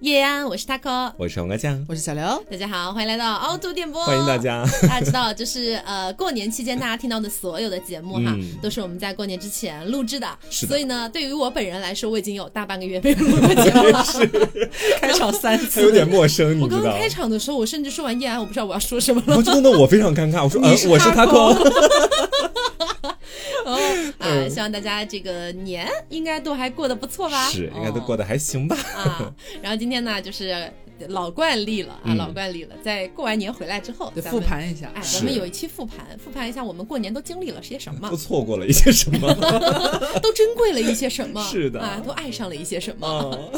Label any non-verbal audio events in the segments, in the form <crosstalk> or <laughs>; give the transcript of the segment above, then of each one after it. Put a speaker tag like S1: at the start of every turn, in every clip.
S1: 叶安，我是 taco，
S2: 我是黄瓜酱，
S3: 我是小刘，
S1: 大家好，欢迎来到凹凸电波，
S2: 欢迎大。家。
S1: <laughs> 大家知道，就是呃，过年期间大家听到的所有的节目哈，
S2: 嗯
S1: 都是我们在过年之前录制的。
S2: 是的
S1: 所以呢，对于我本人来说，我已经有大半个月没有录过节目
S2: <laughs>
S1: 了。
S3: 开场三
S2: 他有
S3: 次，
S2: 点陌生，你
S1: 我
S2: 知
S1: 刚
S2: 道
S1: 刚？开场的时候，我甚至说完叶安，我不知道我要说什么了。
S2: <laughs> 然后就弄得我非常尴
S1: <laughs>
S2: 尬，我说呃，我是 <laughs> taco，
S1: 哦，
S2: 嗯
S1: 啊，希望大家这个年应该都还过得不错吧？
S2: 是应该都
S1: 哦
S2: 过得还行吧？
S1: 啊。然后今天呢，就是老惯例了啊，
S2: 嗯
S1: 老惯例了，在过完年回来之后，
S3: 对，
S1: 咱
S3: 复
S1: 们。
S3: 盘一下。
S1: 哎，
S2: 是
S1: 咱们有一期复盘，复盘一下我们过年都经历了些什么
S2: 都，错过了一些什
S1: <laughs>
S2: 么？
S1: 都珍贵了一些什么，
S2: <laughs> 是的
S1: 啊，都爱上了一些什么。
S2: 哦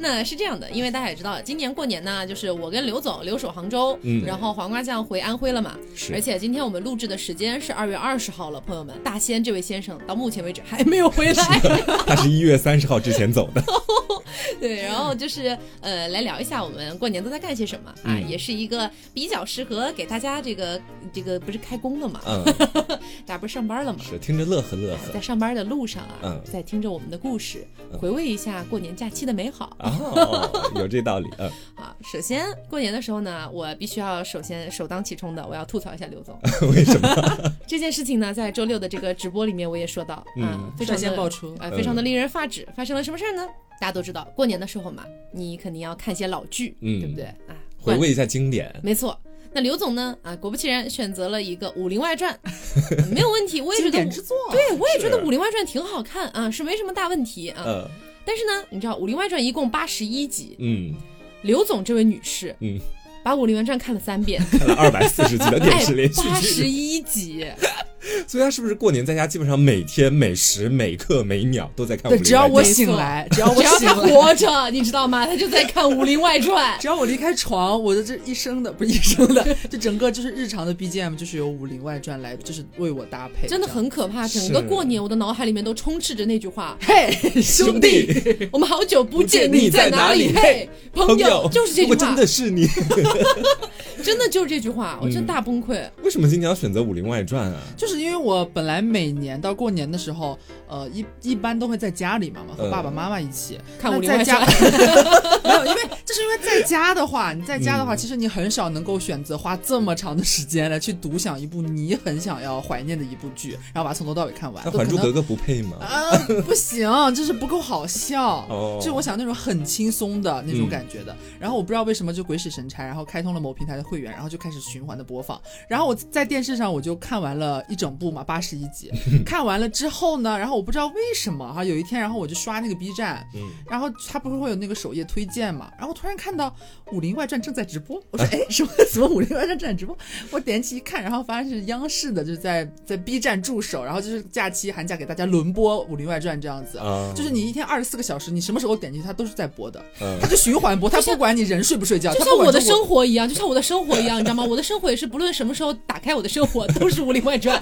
S1: 那是这样的，因为大家也知道，今年过年呢，就是我跟刘总留守杭州，
S2: 嗯
S1: 然后黄瓜酱回安徽了嘛。
S2: 是
S1: 而且今天我们录制的时间是二月二十号了，朋友们，大仙这位先生到目前为止还没有回来。
S2: 他是一月三十号之前走的，
S1: <laughs> 对，然后就是呃，来聊一下我们过年都在干些什么啊，
S2: 嗯
S1: 也是一个比较适合给大家这个这个不是开工了嘛，
S2: 嗯，
S1: 大家不是上班了嘛，
S2: 是听着乐呵乐呵
S1: 在上班的路上啊，
S2: 嗯
S1: 在听着我们的故事，
S2: 嗯
S1: 回味一下过年假期的美好。
S2: 啊，哦有这道理，嗯， <laughs>
S1: 啊，首先过年的时候呢，我必须要首先首当其冲的，我要吐槽一下刘总
S2: 为什
S1: <laughs>
S2: 么？
S1: 这件事情呢，在周六的这个直播里面我也说到啊
S2: 嗯，
S1: 非常
S3: 率
S1: 地
S3: 先爆出
S1: 啊，非常的令人发指。发生了什么事儿呢？大家都知道，过年的时候嘛，你肯定要看些老剧，
S2: 嗯
S1: 对不对啊？
S2: 回味一下经典，
S1: 没错。那刘总呢？啊，果不其然选择了一个《武林外传》，没有问题，我也觉
S3: 经
S1: 得
S3: 典
S1: 武，
S3: 之作，
S1: 对我也觉得
S2: 是
S1: 《武林外传》挺好看啊，是没什么大问题啊。
S2: 嗯
S1: 但是呢，你知道《武林外传》一共八十一集，
S2: 嗯，
S1: 刘总这位女士，
S2: 嗯，
S1: 把《武林外传》看了三遍，
S2: 看了二百四十集的电视
S1: <laughs>
S2: 连续
S1: 哎八十
S2: 剧，
S1: 一集，
S2: 所以他是不是过年在家基本上每天每时每刻每秒都在看？
S3: 对，只要我醒来，只要我
S1: 只要
S3: 醒
S1: 她
S3: 来，
S1: 活着，你知道吗？她就在看《武林外传》。
S2: <laughs>
S3: 只要我离开床，我的这一生的不是一生的，就整个就是日常的 BGM 就是由《武林外传》来就是为我搭配，：
S1: 真的很可怕，整个
S2: 是
S1: 过年我的脑海里面都充斥着那句话
S3: <laughs> 嘿，兄弟，
S1: 我们好久不见，
S2: 不见
S1: 你
S2: 你
S1: 在
S2: 在哪
S1: 里？
S2: 里
S1: 嘿，朋
S2: 朋友
S1: 就是这句
S2: 如果真
S1: 话，
S2: 的嗯是你，
S1: 真的就是这句话，我真大崩溃。
S2: 为什么今年要选择《武林外传》啊？
S3: 就是因为我本来每年到过年的时候，呃，一一般都会在家里嘛嘛，和
S2: 嗯
S3: 爸爸妈妈一起、
S1: 看
S3: 那
S1: 武林外
S3: 在家
S1: 传，
S3: <laughs> 没有，因为就是因为在家的话，你在家的话，
S2: 嗯
S3: 其实你很少能够选择花这么长的时间来去独享一部你很想要怀念的一部剧，然后把它从头到尾看完。
S2: 那《
S3: 都
S2: 还
S3: 可
S2: 珠
S3: 能
S2: 格格》不配吗？
S3: 啊、不行，就是不够好笑。
S2: 哦
S3: 就我想那种很轻松的那种感觉的。然后我不知道为什么就鬼使神差，然后开通了某平台的会员，然后就开始循环的播放。然后我在电视上我就看完了一整部嘛，八十一集。看完了之后呢，然后我不知道为什么哈，有一天然后我就刷那个 B 站，
S2: 嗯
S3: 然后它不是会有那个首页推荐嘛，然后突然看到《武林外传》正在直播，我说哎，什么什么《武林外传》正在直播？ <laughs> 我点进去一看，然后发现是央视的，就是在在 B 站驻守，然后就是假期寒假给大家轮播《武林外传》这样子。
S2: 啊，
S3: 就是你一天二十四个小时，你什么时候点进去，它都是在播的，
S2: 嗯
S3: 它就循环播，它不管你人睡不睡觉，
S1: 就
S3: 它
S1: 像
S3: 不管
S1: 我的
S3: 中国。
S1: 生活一样，就像我的生活一样，你知道吗？我的生活也是不论什么时候打开我的生活，都是《武林外
S2: <laughs>
S1: 传》。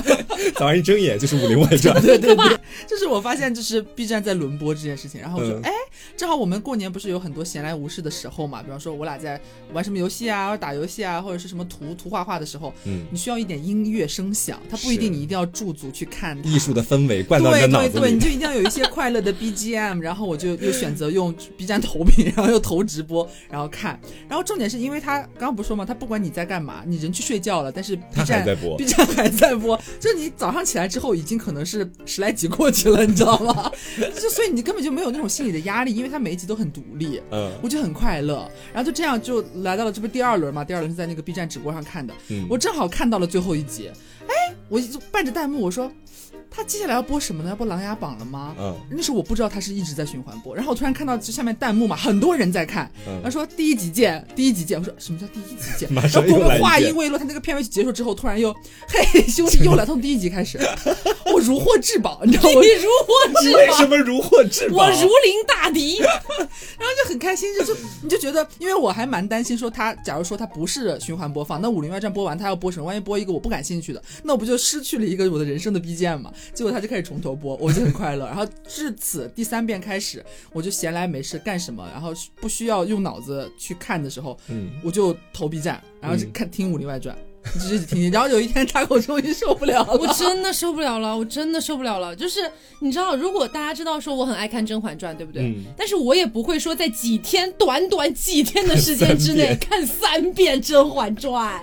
S2: 早上一睁眼就是《武林外传》
S3: <laughs> 对对对，就是我发现就是 B 站在轮播这件事情，然后我就
S2: 嗯
S3: 哎、正好我们过年不是有很多闲来无事的时候嘛，比方说我俩在玩什么游戏啊，或者打游戏啊，或者是什么图图画画的时候，
S2: 嗯，
S3: 你需要一点音乐声响，它不一
S2: 是
S3: 定你一定要驻足去看它
S2: 艺术的氛围嗯灌到你的
S3: 对
S2: 脑
S3: 对
S2: 子
S3: 对，你
S2: 里。
S3: 就一定要有一些快乐的 BGM，然 <laughs> 后我就又选择用 B 站投屏，然后又投直播，然后看。然后重点是因为他刚刚不是说嘛，他不管你在干嘛，你人去睡觉了，但是 B
S2: 他还
S3: 站
S2: 在播
S3: b 站还在播，就是你早上起来之后已经可能是十来集过去了，你知道吗？就所以你根本就没有那种心理的压力，因为他每一集都很独立。
S2: 嗯
S3: 我就很快乐，然后就这样就来到了这不是第二轮嘛，第二轮是在那个 B 站直播上看的，
S2: 嗯，
S3: 我正好看到了最后一集，哎，我就伴着弹幕我说，他接下来要播什么呢？要播《琅琊榜》了吗？
S2: 嗯
S3: 那时候我不知道他是一直在循环播，然后我突然看到就下面弹幕嘛，很多人在看，他
S2: 嗯，
S3: 说第一集见，第一集见，我说什么叫第一集见？
S2: 马上
S3: <laughs> 然后
S2: 又
S3: 我
S2: 来
S3: 们话
S2: 一
S3: 音
S2: 遍。
S3: 未落，他那个片尾曲结束之后，突然又嘿 <laughs> 兄弟又来，从第一集
S2: <laughs>
S3: 开始，我如获至宝，你知道我
S1: 你如获至
S2: 为
S1: 宝
S2: 什，么如获至宝？
S1: 我如临大敌。
S3: 然后就很开心，就是你就觉得，因为我还蛮担心说他，假如说他不是循环播放，那《武林外传》播完他要播什么？万一播一个我不感兴趣的，那我不就失去了一个我的人生的 BGM 嘛？结果他就开始从头播，我就很快乐。然后至此第三遍开始，我就闲来没事干什么，然后不需要用脑子去看的时候，
S2: 嗯，
S3: 我就投 B 站，然后就
S2: 嗯
S3: 看、听《武林外传》就就听听。然后有一天插口终于受不了了，
S1: 我真的受不了了，我真的受不了了。就是你知道，如果大家知道说我很爱看《甄嬛传》，对不对？
S2: 嗯
S1: 但是我也不会说在几天短短几天的时间之内看三遍《甄嬛传》，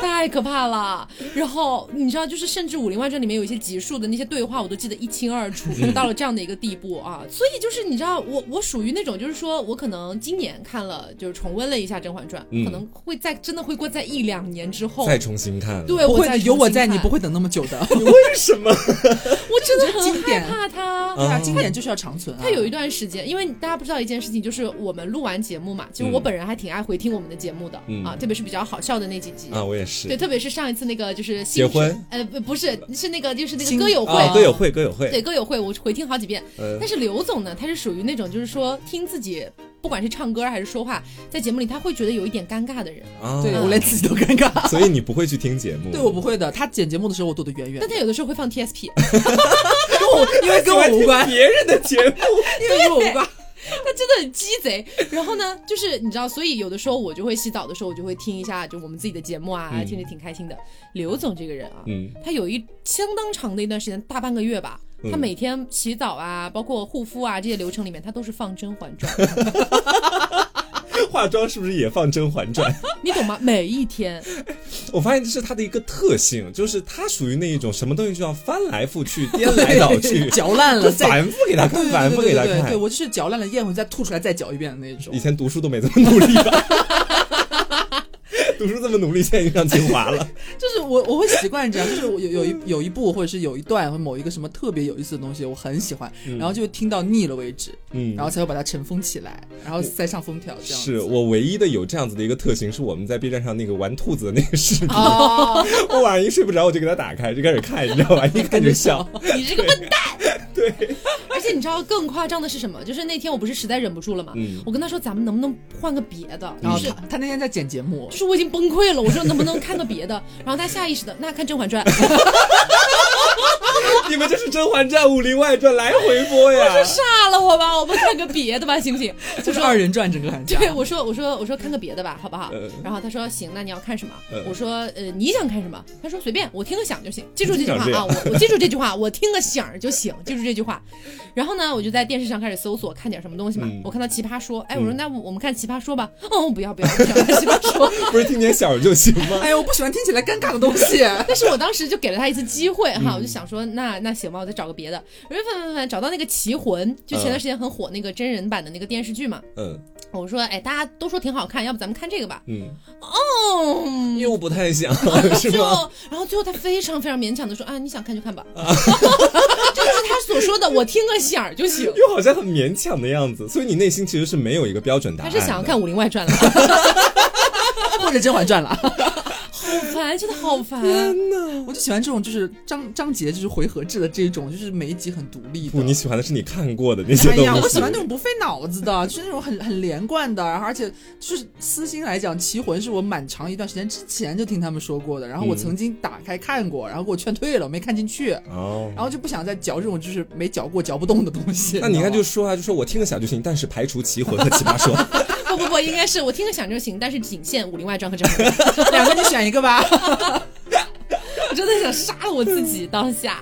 S1: 太可怕了。然后你知道，就是甚至《武林外传》里面有一些集数的那些对话，我都记得一清二楚，就到了这样的一个地步啊。所以就是你知道，我我属于那种就是说我可能今年看了，就是重温了一下《甄嬛传》
S2: 嗯
S1: 可能会在真的会过在一两年之后，
S2: 再重新看。
S1: 对，
S3: 呃不
S1: 我
S3: 会
S1: 再
S3: 的，有我在，
S1: 重新
S3: 你
S1: 看
S3: 不会等那么久 <laughs> 的。
S2: 为什么？
S1: 我真的
S3: 我觉得
S1: 很
S3: 经
S1: 害
S3: 典
S1: 怕他。
S3: 对啊，经典就是要长存啊。
S1: 他有一段时间，因为大家不知道一件事情，就是我们录完节目嘛，其实我
S2: 嗯
S1: 本人还挺爱回听我们的节目的、
S2: 嗯
S1: 啊，特别是比较好笑的那几集。
S2: 啊，我也是
S1: 对，。特别是上一次那个就是新
S2: 结婚，
S1: 呃，不不是，是那个就是那个
S3: 新
S1: 歌友会，
S2: 啊，歌友会，歌友会。
S1: 对歌友会，我回听好几遍。
S2: 呃
S1: 但，是刘总呢，他是属于那种就是说听自己不管是唱歌还是说话，在节目里他会觉得有一点尴尬的人，
S2: 啊，
S3: 对我连自己都尴尬。
S2: 所以你不会去听节目？
S3: 嗯对我不会的，他剪节目的时候我躲得远远
S1: 但
S3: 的，
S1: 他有的时候会放 TSP，
S3: 跟我 <laughs> 因为跟我无关，
S2: 别人的节目。
S3: 因为跟我无关。
S1: 他真的很鸡贼。然后呢，就是你知道，所以有的时候我就会洗澡的时候，我就会听一下就我们自己的节目啊，
S2: 嗯
S1: 听着挺开心的。刘总这个人啊，
S2: 嗯
S1: 他有一相当长的一段时间，大半个月吧。
S2: 嗯
S1: 他每天洗澡啊，包括护肤啊这些流程里面，他都是放《甄嬛传》，
S2: 化妆是不是也放《甄嬛传》？
S1: 你懂吗？每一天，
S2: 我发现这是它的一个特性，就是它属于那一种什么东西就要翻来覆
S3: <laughs>
S2: 去、颠来倒去，
S3: 嚼烂
S2: 就
S3: 了再
S2: 反复给他
S3: 对
S2: 看，
S3: 对
S2: 反复
S3: 对
S2: 给他
S3: 对对对，
S2: 看。
S3: 我就是嚼烂了咽回去，再吐出来再嚼一遍的那种
S2: 以。前读书都没这么努力
S3: <laughs>
S2: 吧？读书这么努力，现在已经上清华了。
S3: 就是我我会习惯这样，就是我有有一有一部或者是有一段或者某一个什么特别有意思的东西，我很喜欢，然后就听到腻了为止，
S2: 嗯
S3: <laughs> 然后才会把它尘封起来，然后再上封条哦这样。
S2: 是我唯一的有这样子的一个特性，是我们在 B 站上那个玩兔子的那个视频，
S3: 哦，
S2: <laughs> 我晚上一睡不着，我就给它打开，就开始看，你知
S3: <laughs>
S2: 道吧？一看就笑。
S1: 你这个笨蛋。对，而且你知道更夸张的是什么？就是那天我不是实在忍不住了嘛，
S2: 嗯
S1: 我跟他说咱们能不能换个别的？
S3: 然后
S1: 就是
S3: 他他那天在剪节目
S1: 就，是我已经崩溃了，我说能不能看个别的？然后他下意识的那看《甄嬛传》，
S2: 你们这是《甄嬛传》《武林外传》来回播呀？
S1: 炸了我吧，我们看个别的吧，行不行？
S3: 就是二人转整个寒假。
S1: 对，我说我说我说看个别的吧，好不好
S2: 嗯？
S1: 然后他说行，那你要看什么
S2: 嗯？
S1: 我说呃你想看什么？他说随便，我听个响就行。记住这句话
S2: 经
S1: 啊，
S2: 常
S1: 我我记住这句话，我听个响就行，记住这句话。然后呢，我就在电视上开始搜索看点什么东西嘛
S2: 嗯。
S1: 我看到《奇葩说》，哎，我说
S2: 嗯
S1: 那我们看《奇葩说》吧。嗯，不要不要，不想看《奇葩说》。
S2: 不是听点小就行吗？
S3: <laughs> 哎呀，我不喜欢听起来尴尬的东西。
S1: 但是我当时就给了他一次机会哈，我就想说，那那行吧，我再找个别的。我就翻翻翻，找到那个《棋魂》，就前段时间很火那个真人版的那个电视剧嘛。
S2: 嗯
S1: 我说，哎，大家都说挺好看，要不咱们看这个吧？
S2: 嗯，
S1: 嗯，
S2: 又不太想是 <laughs>
S1: 就
S2: 吗？
S1: 然后最后他非常非常勉强的说啊，你想看就看吧， <laughs> 这就是他所说的，我听个响儿就
S2: <laughs>
S1: 行。
S2: 又好像很勉强的样子，所以你内心其实是没有一个标准答
S1: 他
S2: 案。
S1: 是想要看《武林外传》了，
S3: <laughs> 或者《甄嬛传》了。
S1: 好 <laughs> 烦，真的好烦。
S3: 我就喜欢这种，就是章章节就是回合制的这种，就是每一集很独立的。
S2: 不，你喜欢的是你看过的那些
S3: 哎
S2: 东西。
S3: 呀，我喜欢那种不费脑子的，就是那种很很连贯的，然后而且就是私心来讲，《棋魂》是我蛮长一段时间之前就听他们说过的，然后我
S2: 嗯
S3: 曾经打开看过，然后给我劝退了，我没看进去，
S2: 哦。
S3: 然后就不想再嚼这种就是没嚼过、嚼不动的东西。
S2: 那你看，
S3: 知道
S2: 就
S3: 吗
S2: 说啊，就说我听个小就行，但是排除棋魂和奇葩
S3: <laughs>
S2: 说，
S1: 不不不，应该是我听个响就行，但是仅限《武林外传》和《甄嬛传
S3: <laughs> 两个你选一个吧。》，
S1: <laughs> 我真的想杀了我自己
S2: 嗯
S1: 当下。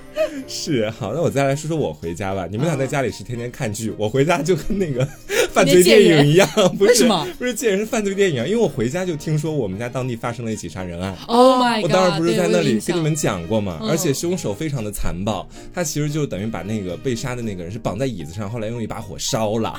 S2: 是好。那我再来说说我回家吧。你们俩在家里是天天看剧，我回家就跟
S3: <laughs>
S2: 那个犯罪电影一样，不是
S3: 为什么？
S2: 不是见人是犯罪电影，因为我回家就听说我们家当地发生了一起杀人案。
S1: Oh my god！
S2: 哦我当时不是
S1: 对
S2: 在那
S1: 我有
S2: 里
S1: 印
S2: 跟
S1: 象
S2: 你们讲过嘛，
S1: 嗯
S2: 而且凶手非常的残暴，他其实就等于把那个被杀的那个人是绑在椅子上，后来用一把火烧
S1: 啊
S2: 了。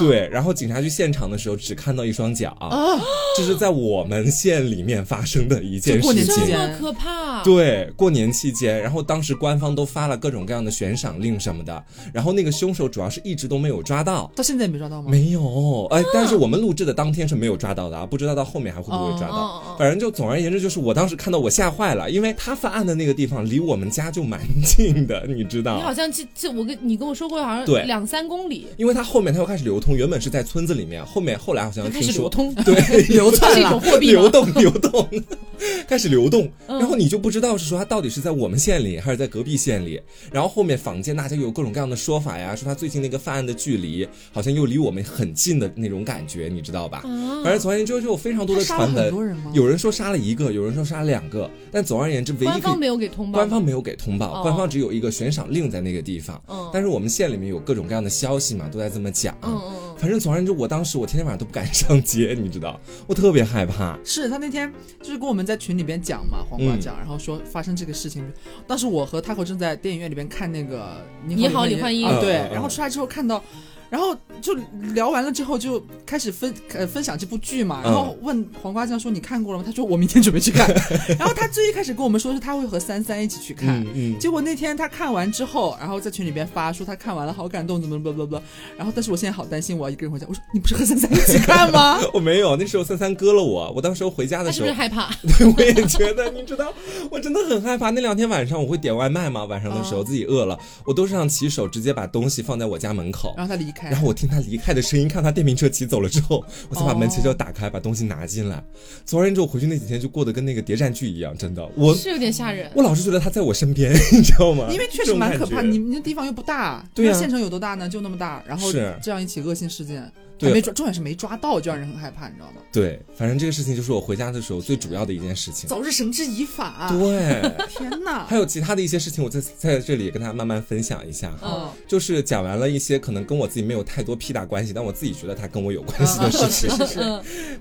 S2: 对，然后警察去现场的时候只看到一双脚，
S1: 哦
S3: 啊
S2: 这是在我们县里面发生的一件
S3: 就过
S2: 事
S3: 年期
S1: 这
S2: 情。
S1: 么
S3: 间
S1: 可怕。
S2: 对，过年期间，然后当时官方都发了各种各样的悬赏令什么的，然后那个凶手主要是一直都没有抓到，
S3: 到现在也没抓
S1: 嗯
S3: 到吗？
S2: 没有，
S1: 啊
S2: 哎，但是我们录制的当天是没有抓到的啊，不知道到后面还会不会抓到。
S1: 哦哦哦
S2: 反正就总而言之，就是我当时看到我吓坏了，因为他犯案的那个地方离我们家就蛮近的，你知
S1: 你好
S2: 道。
S1: 像这这，我跟你跟我说过，好
S2: 对
S1: 像两三公里
S2: 因为他后面他又开始流通，原本是在村子里面，后面后来好像
S1: 就
S2: 嗯听
S1: 开始
S2: 说
S1: 流通，
S2: 对
S1: <laughs>
S3: 流
S1: 这
S3: 窜
S1: 是一种
S3: 了。
S1: 货币吗
S2: 流动流动，
S1: <laughs>
S2: 开始流动，
S1: 嗯
S2: 然后你就不知道是说他到底是在我们县里还是在隔壁县里。然后后面坊间大家有各种各样的说法呀，说他最近那个犯案的距离好像又离我们很近的那种感觉，你知道吧？
S1: 啊
S2: 反正总而言之，就有非常多的
S3: 他杀了
S2: 传
S3: 很
S2: 闻，
S3: 多人吗？
S2: 有人说杀了一个，有人说杀了两个，但总而言之，唯一
S1: 官
S2: 可以
S1: 方没有给通报，
S2: 官方没有给通报，
S1: 哦
S2: 官方只有一个悬赏令在那个地方。
S1: 嗯
S2: 但是我们县里面有各种各样的消息嘛，都在这么讲。
S1: 嗯嗯嗯，
S2: 反正总而言之，我当时我天天晚上都不敢 <laughs> 上街，你知道，我特别害怕。
S3: 是他那天就是跟我们在群里边讲嘛，黄瓜
S2: 嗯
S3: 讲，然后说发生这个事情，当时我和 Taco 正在电影院里边看那个《
S1: 你
S3: 你
S1: 好
S3: 好，
S1: 李焕英
S3: 啊，
S2: 嗯
S3: 对
S2: 嗯，嗯
S3: 然后出来之后看到。然后就聊完了之后，就开始分呃分享这部剧嘛，然
S2: 嗯
S3: 后问黄瓜酱说你看过了吗？他说我明天准备去看。 <laughs> 然后他最一开始跟我们说是他会和三三一起去看，
S2: 嗯
S3: 结果那天他看完之后，然后在群里边发说他看完了，好感动，怎么怎么怎么。然后但是我现在好担心，我要一个人回家。我说你不是和三三一起看吗？
S2: <laughs>
S3: <laughs>
S2: 我没有，那时候三三割了我，我当时候回家
S1: 他
S2: 的
S1: 是
S2: 时
S1: 不
S2: 候 <laughs>
S1: 是，害怕？
S2: 对，我也觉得，你知道，我真的很害怕。那两天晚上我会点外卖嘛，晚上的时候
S1: 哦
S2: 自己饿了，我都是让骑手直接把东西放在我家门口，
S3: 然后他离开，
S2: 然后我听他离开的声音，看他电瓶车骑走了之后，我才把
S3: 哦
S2: 门前就打开，把东西拿进来。总而言之，我回去那几天就过得跟那个谍战剧一样，真的，我
S1: 是有点吓人。
S2: 我老是觉得他在我身边， <laughs> 你知道吗？
S3: 因为确实蛮可怕。
S2: 这种感觉
S3: 你们那地方又不大，
S2: 对啊
S3: 那县城有多大呢？就那么大，然后
S2: 是
S3: 这样一起恶性事件，
S2: 对啊
S3: 还没抓，重点是没抓到，就让人很害怕，你知道吗？
S2: 对，反正这个事情就是我回家的时候最主要的一件事情。
S3: 早日绳之以法、
S2: 对，
S3: 天哪
S2: <laughs> 还！有其他的一些事情，我在在这里也跟大家慢慢分享一下哈。
S1: 嗯，
S2: 就是讲完了一些可能跟我自己没有太多屁大关系，但我自己觉得它跟我有关系的事情。
S3: <laughs> 是是
S1: 嗯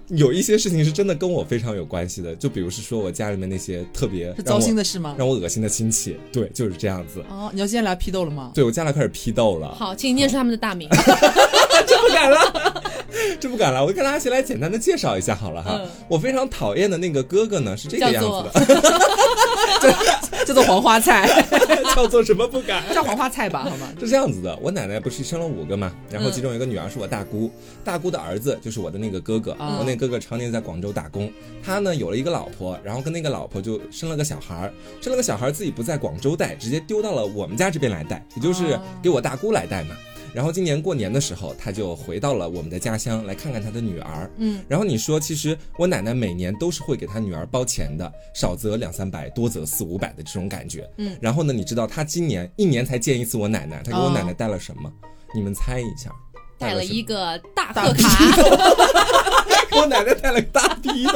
S2: 有一些事情是真的跟我非常有关系的，就比如是说我家里面那些特别
S3: 是
S2: 让
S3: 糟
S2: 我
S3: 心的事吗？
S2: 让我恶心的亲戚，对，就是这样子。
S3: 哦，你要接下来批斗了吗？
S2: 对我家里开始批斗了，
S1: 好，请你念出他们的大
S2: <laughs>
S1: 名。
S2: 这不敢了，这不敢了。我跟大家先来简单的介绍一下好了哈。
S1: 嗯
S2: 我非常讨厌的那个哥哥呢是这个样子的， <laughs>
S3: 叫做黄花菜， <laughs>
S2: 叫做什么不敢。
S3: 叫黄花菜吧，好吗？
S2: 是这样子的，我奶奶不是生了五个嘛，然后
S1: 嗯
S2: 其中有一个女儿是我大姑，大姑的儿子就是我的那个哥哥，
S3: 嗯
S2: 我那哥哥常年在广州打工，他呢有了一个老婆，然后跟那个老婆就生了个小孩儿，生了个小孩儿自己不在广州带，直接丢到了我们家这边来带，也就是
S3: 哦
S2: 给我大姑来带嘛。然后今年过年的时候，他就回到了我们的家乡来看看他的女儿。
S1: 嗯，
S2: 然后你说，其实我奶奶每年都是会给她女儿包钱的，少则两三百，多则四五百的这种感觉。
S1: 嗯
S2: 然后呢，你知道她今年一年才见一次我奶奶，她给我
S3: 哦
S2: 奶奶带了什么？你们猜一下。
S1: 带了
S2: 什
S1: 一
S2: 么，
S1: 个大贺卡，
S2: 给我奶奶带了个大批斗。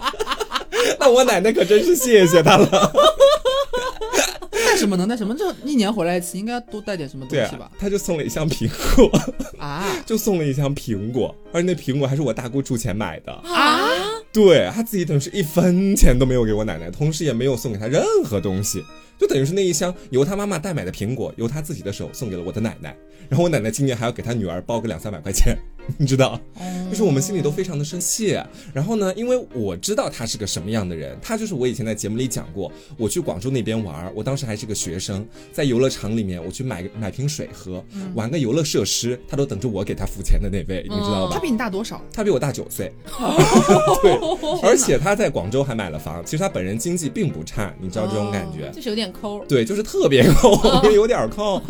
S2: <laughs> 那我奶奶可真是谢谢
S1: <laughs>
S2: 她了。
S3: 带什么能带什么？这一年回来一次，应该多带点什么东
S2: 对
S3: 西吧
S2: 啊？，她就送了一箱苹果， <laughs>
S3: 啊，
S2: 就送了一箱苹果，而且那苹果还是我大姑出钱买的。 <laughs>
S1: 啊，
S2: 对他自己等于是一分钱都没有给我奶奶，同时也没有送给她任何东西，就等于是那一箱由他妈妈代买的苹果，由他自己的手送给了我的奶奶。然后我奶奶今年还要给她女儿包个两三百块钱， <laughs> 你知道，就是我们心里都非常的生气。然后呢，因为我知道他是个什么样的人，他就是我以前在节目里讲过，我去广州那边玩儿，我当时还是个学生，在游乐场里面我去买个买瓶水喝，玩个游乐设施，他都等着我给他付钱的那位，你知道
S1: 哦
S2: 吧？
S3: 他比你大多少？
S2: 他比我大九岁，对，而且他在广州还买了房，其实他本人经济并不差，你知道这种感觉。
S1: 就是有点抠。
S2: 对，就是特别抠，有点抠。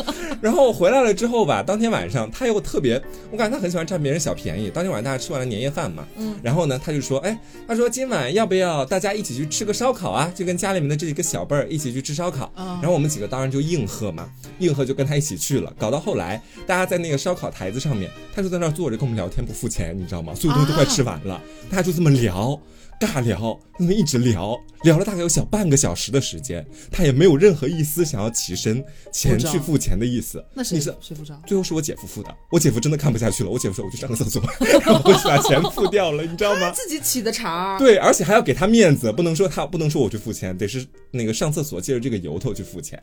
S2: 然后回来了之后吧，当天晚上他又特别，我感觉他很喜欢占别人小便宜。当天晚上大家吃完了年夜饭嘛，
S1: 嗯
S2: 然后呢，他就说，哎，他说今晚要不要大家一起去吃个烧烤啊？就跟家里面的这几个小辈儿一起去吃烧烤。
S3: 嗯
S2: 然后我们几个当然就应和嘛，应和就跟他一起去了。搞到后来，大家在那个烧烤台子上面，他就在那儿坐着跟我们聊天，不付钱，你知道吗？所有东西都快吃完了，大家就这么聊。尬聊，那么一直聊，聊了大概有小半个小时的时间，他也没有任何一丝想要起身前去付钱的意思。
S3: 那谁
S2: 你是
S3: 谁付账？
S2: 最后是我姐夫付的，我姐夫真的看不下去了，我姐夫说我去上个厕所， <laughs> 然后我就把钱付掉了，你知道吗？
S3: 自己起的茬。
S2: 啊对，而且还要给他面子，不能说他不能说我去付钱，得是那个上厕所借着这个由头去付钱。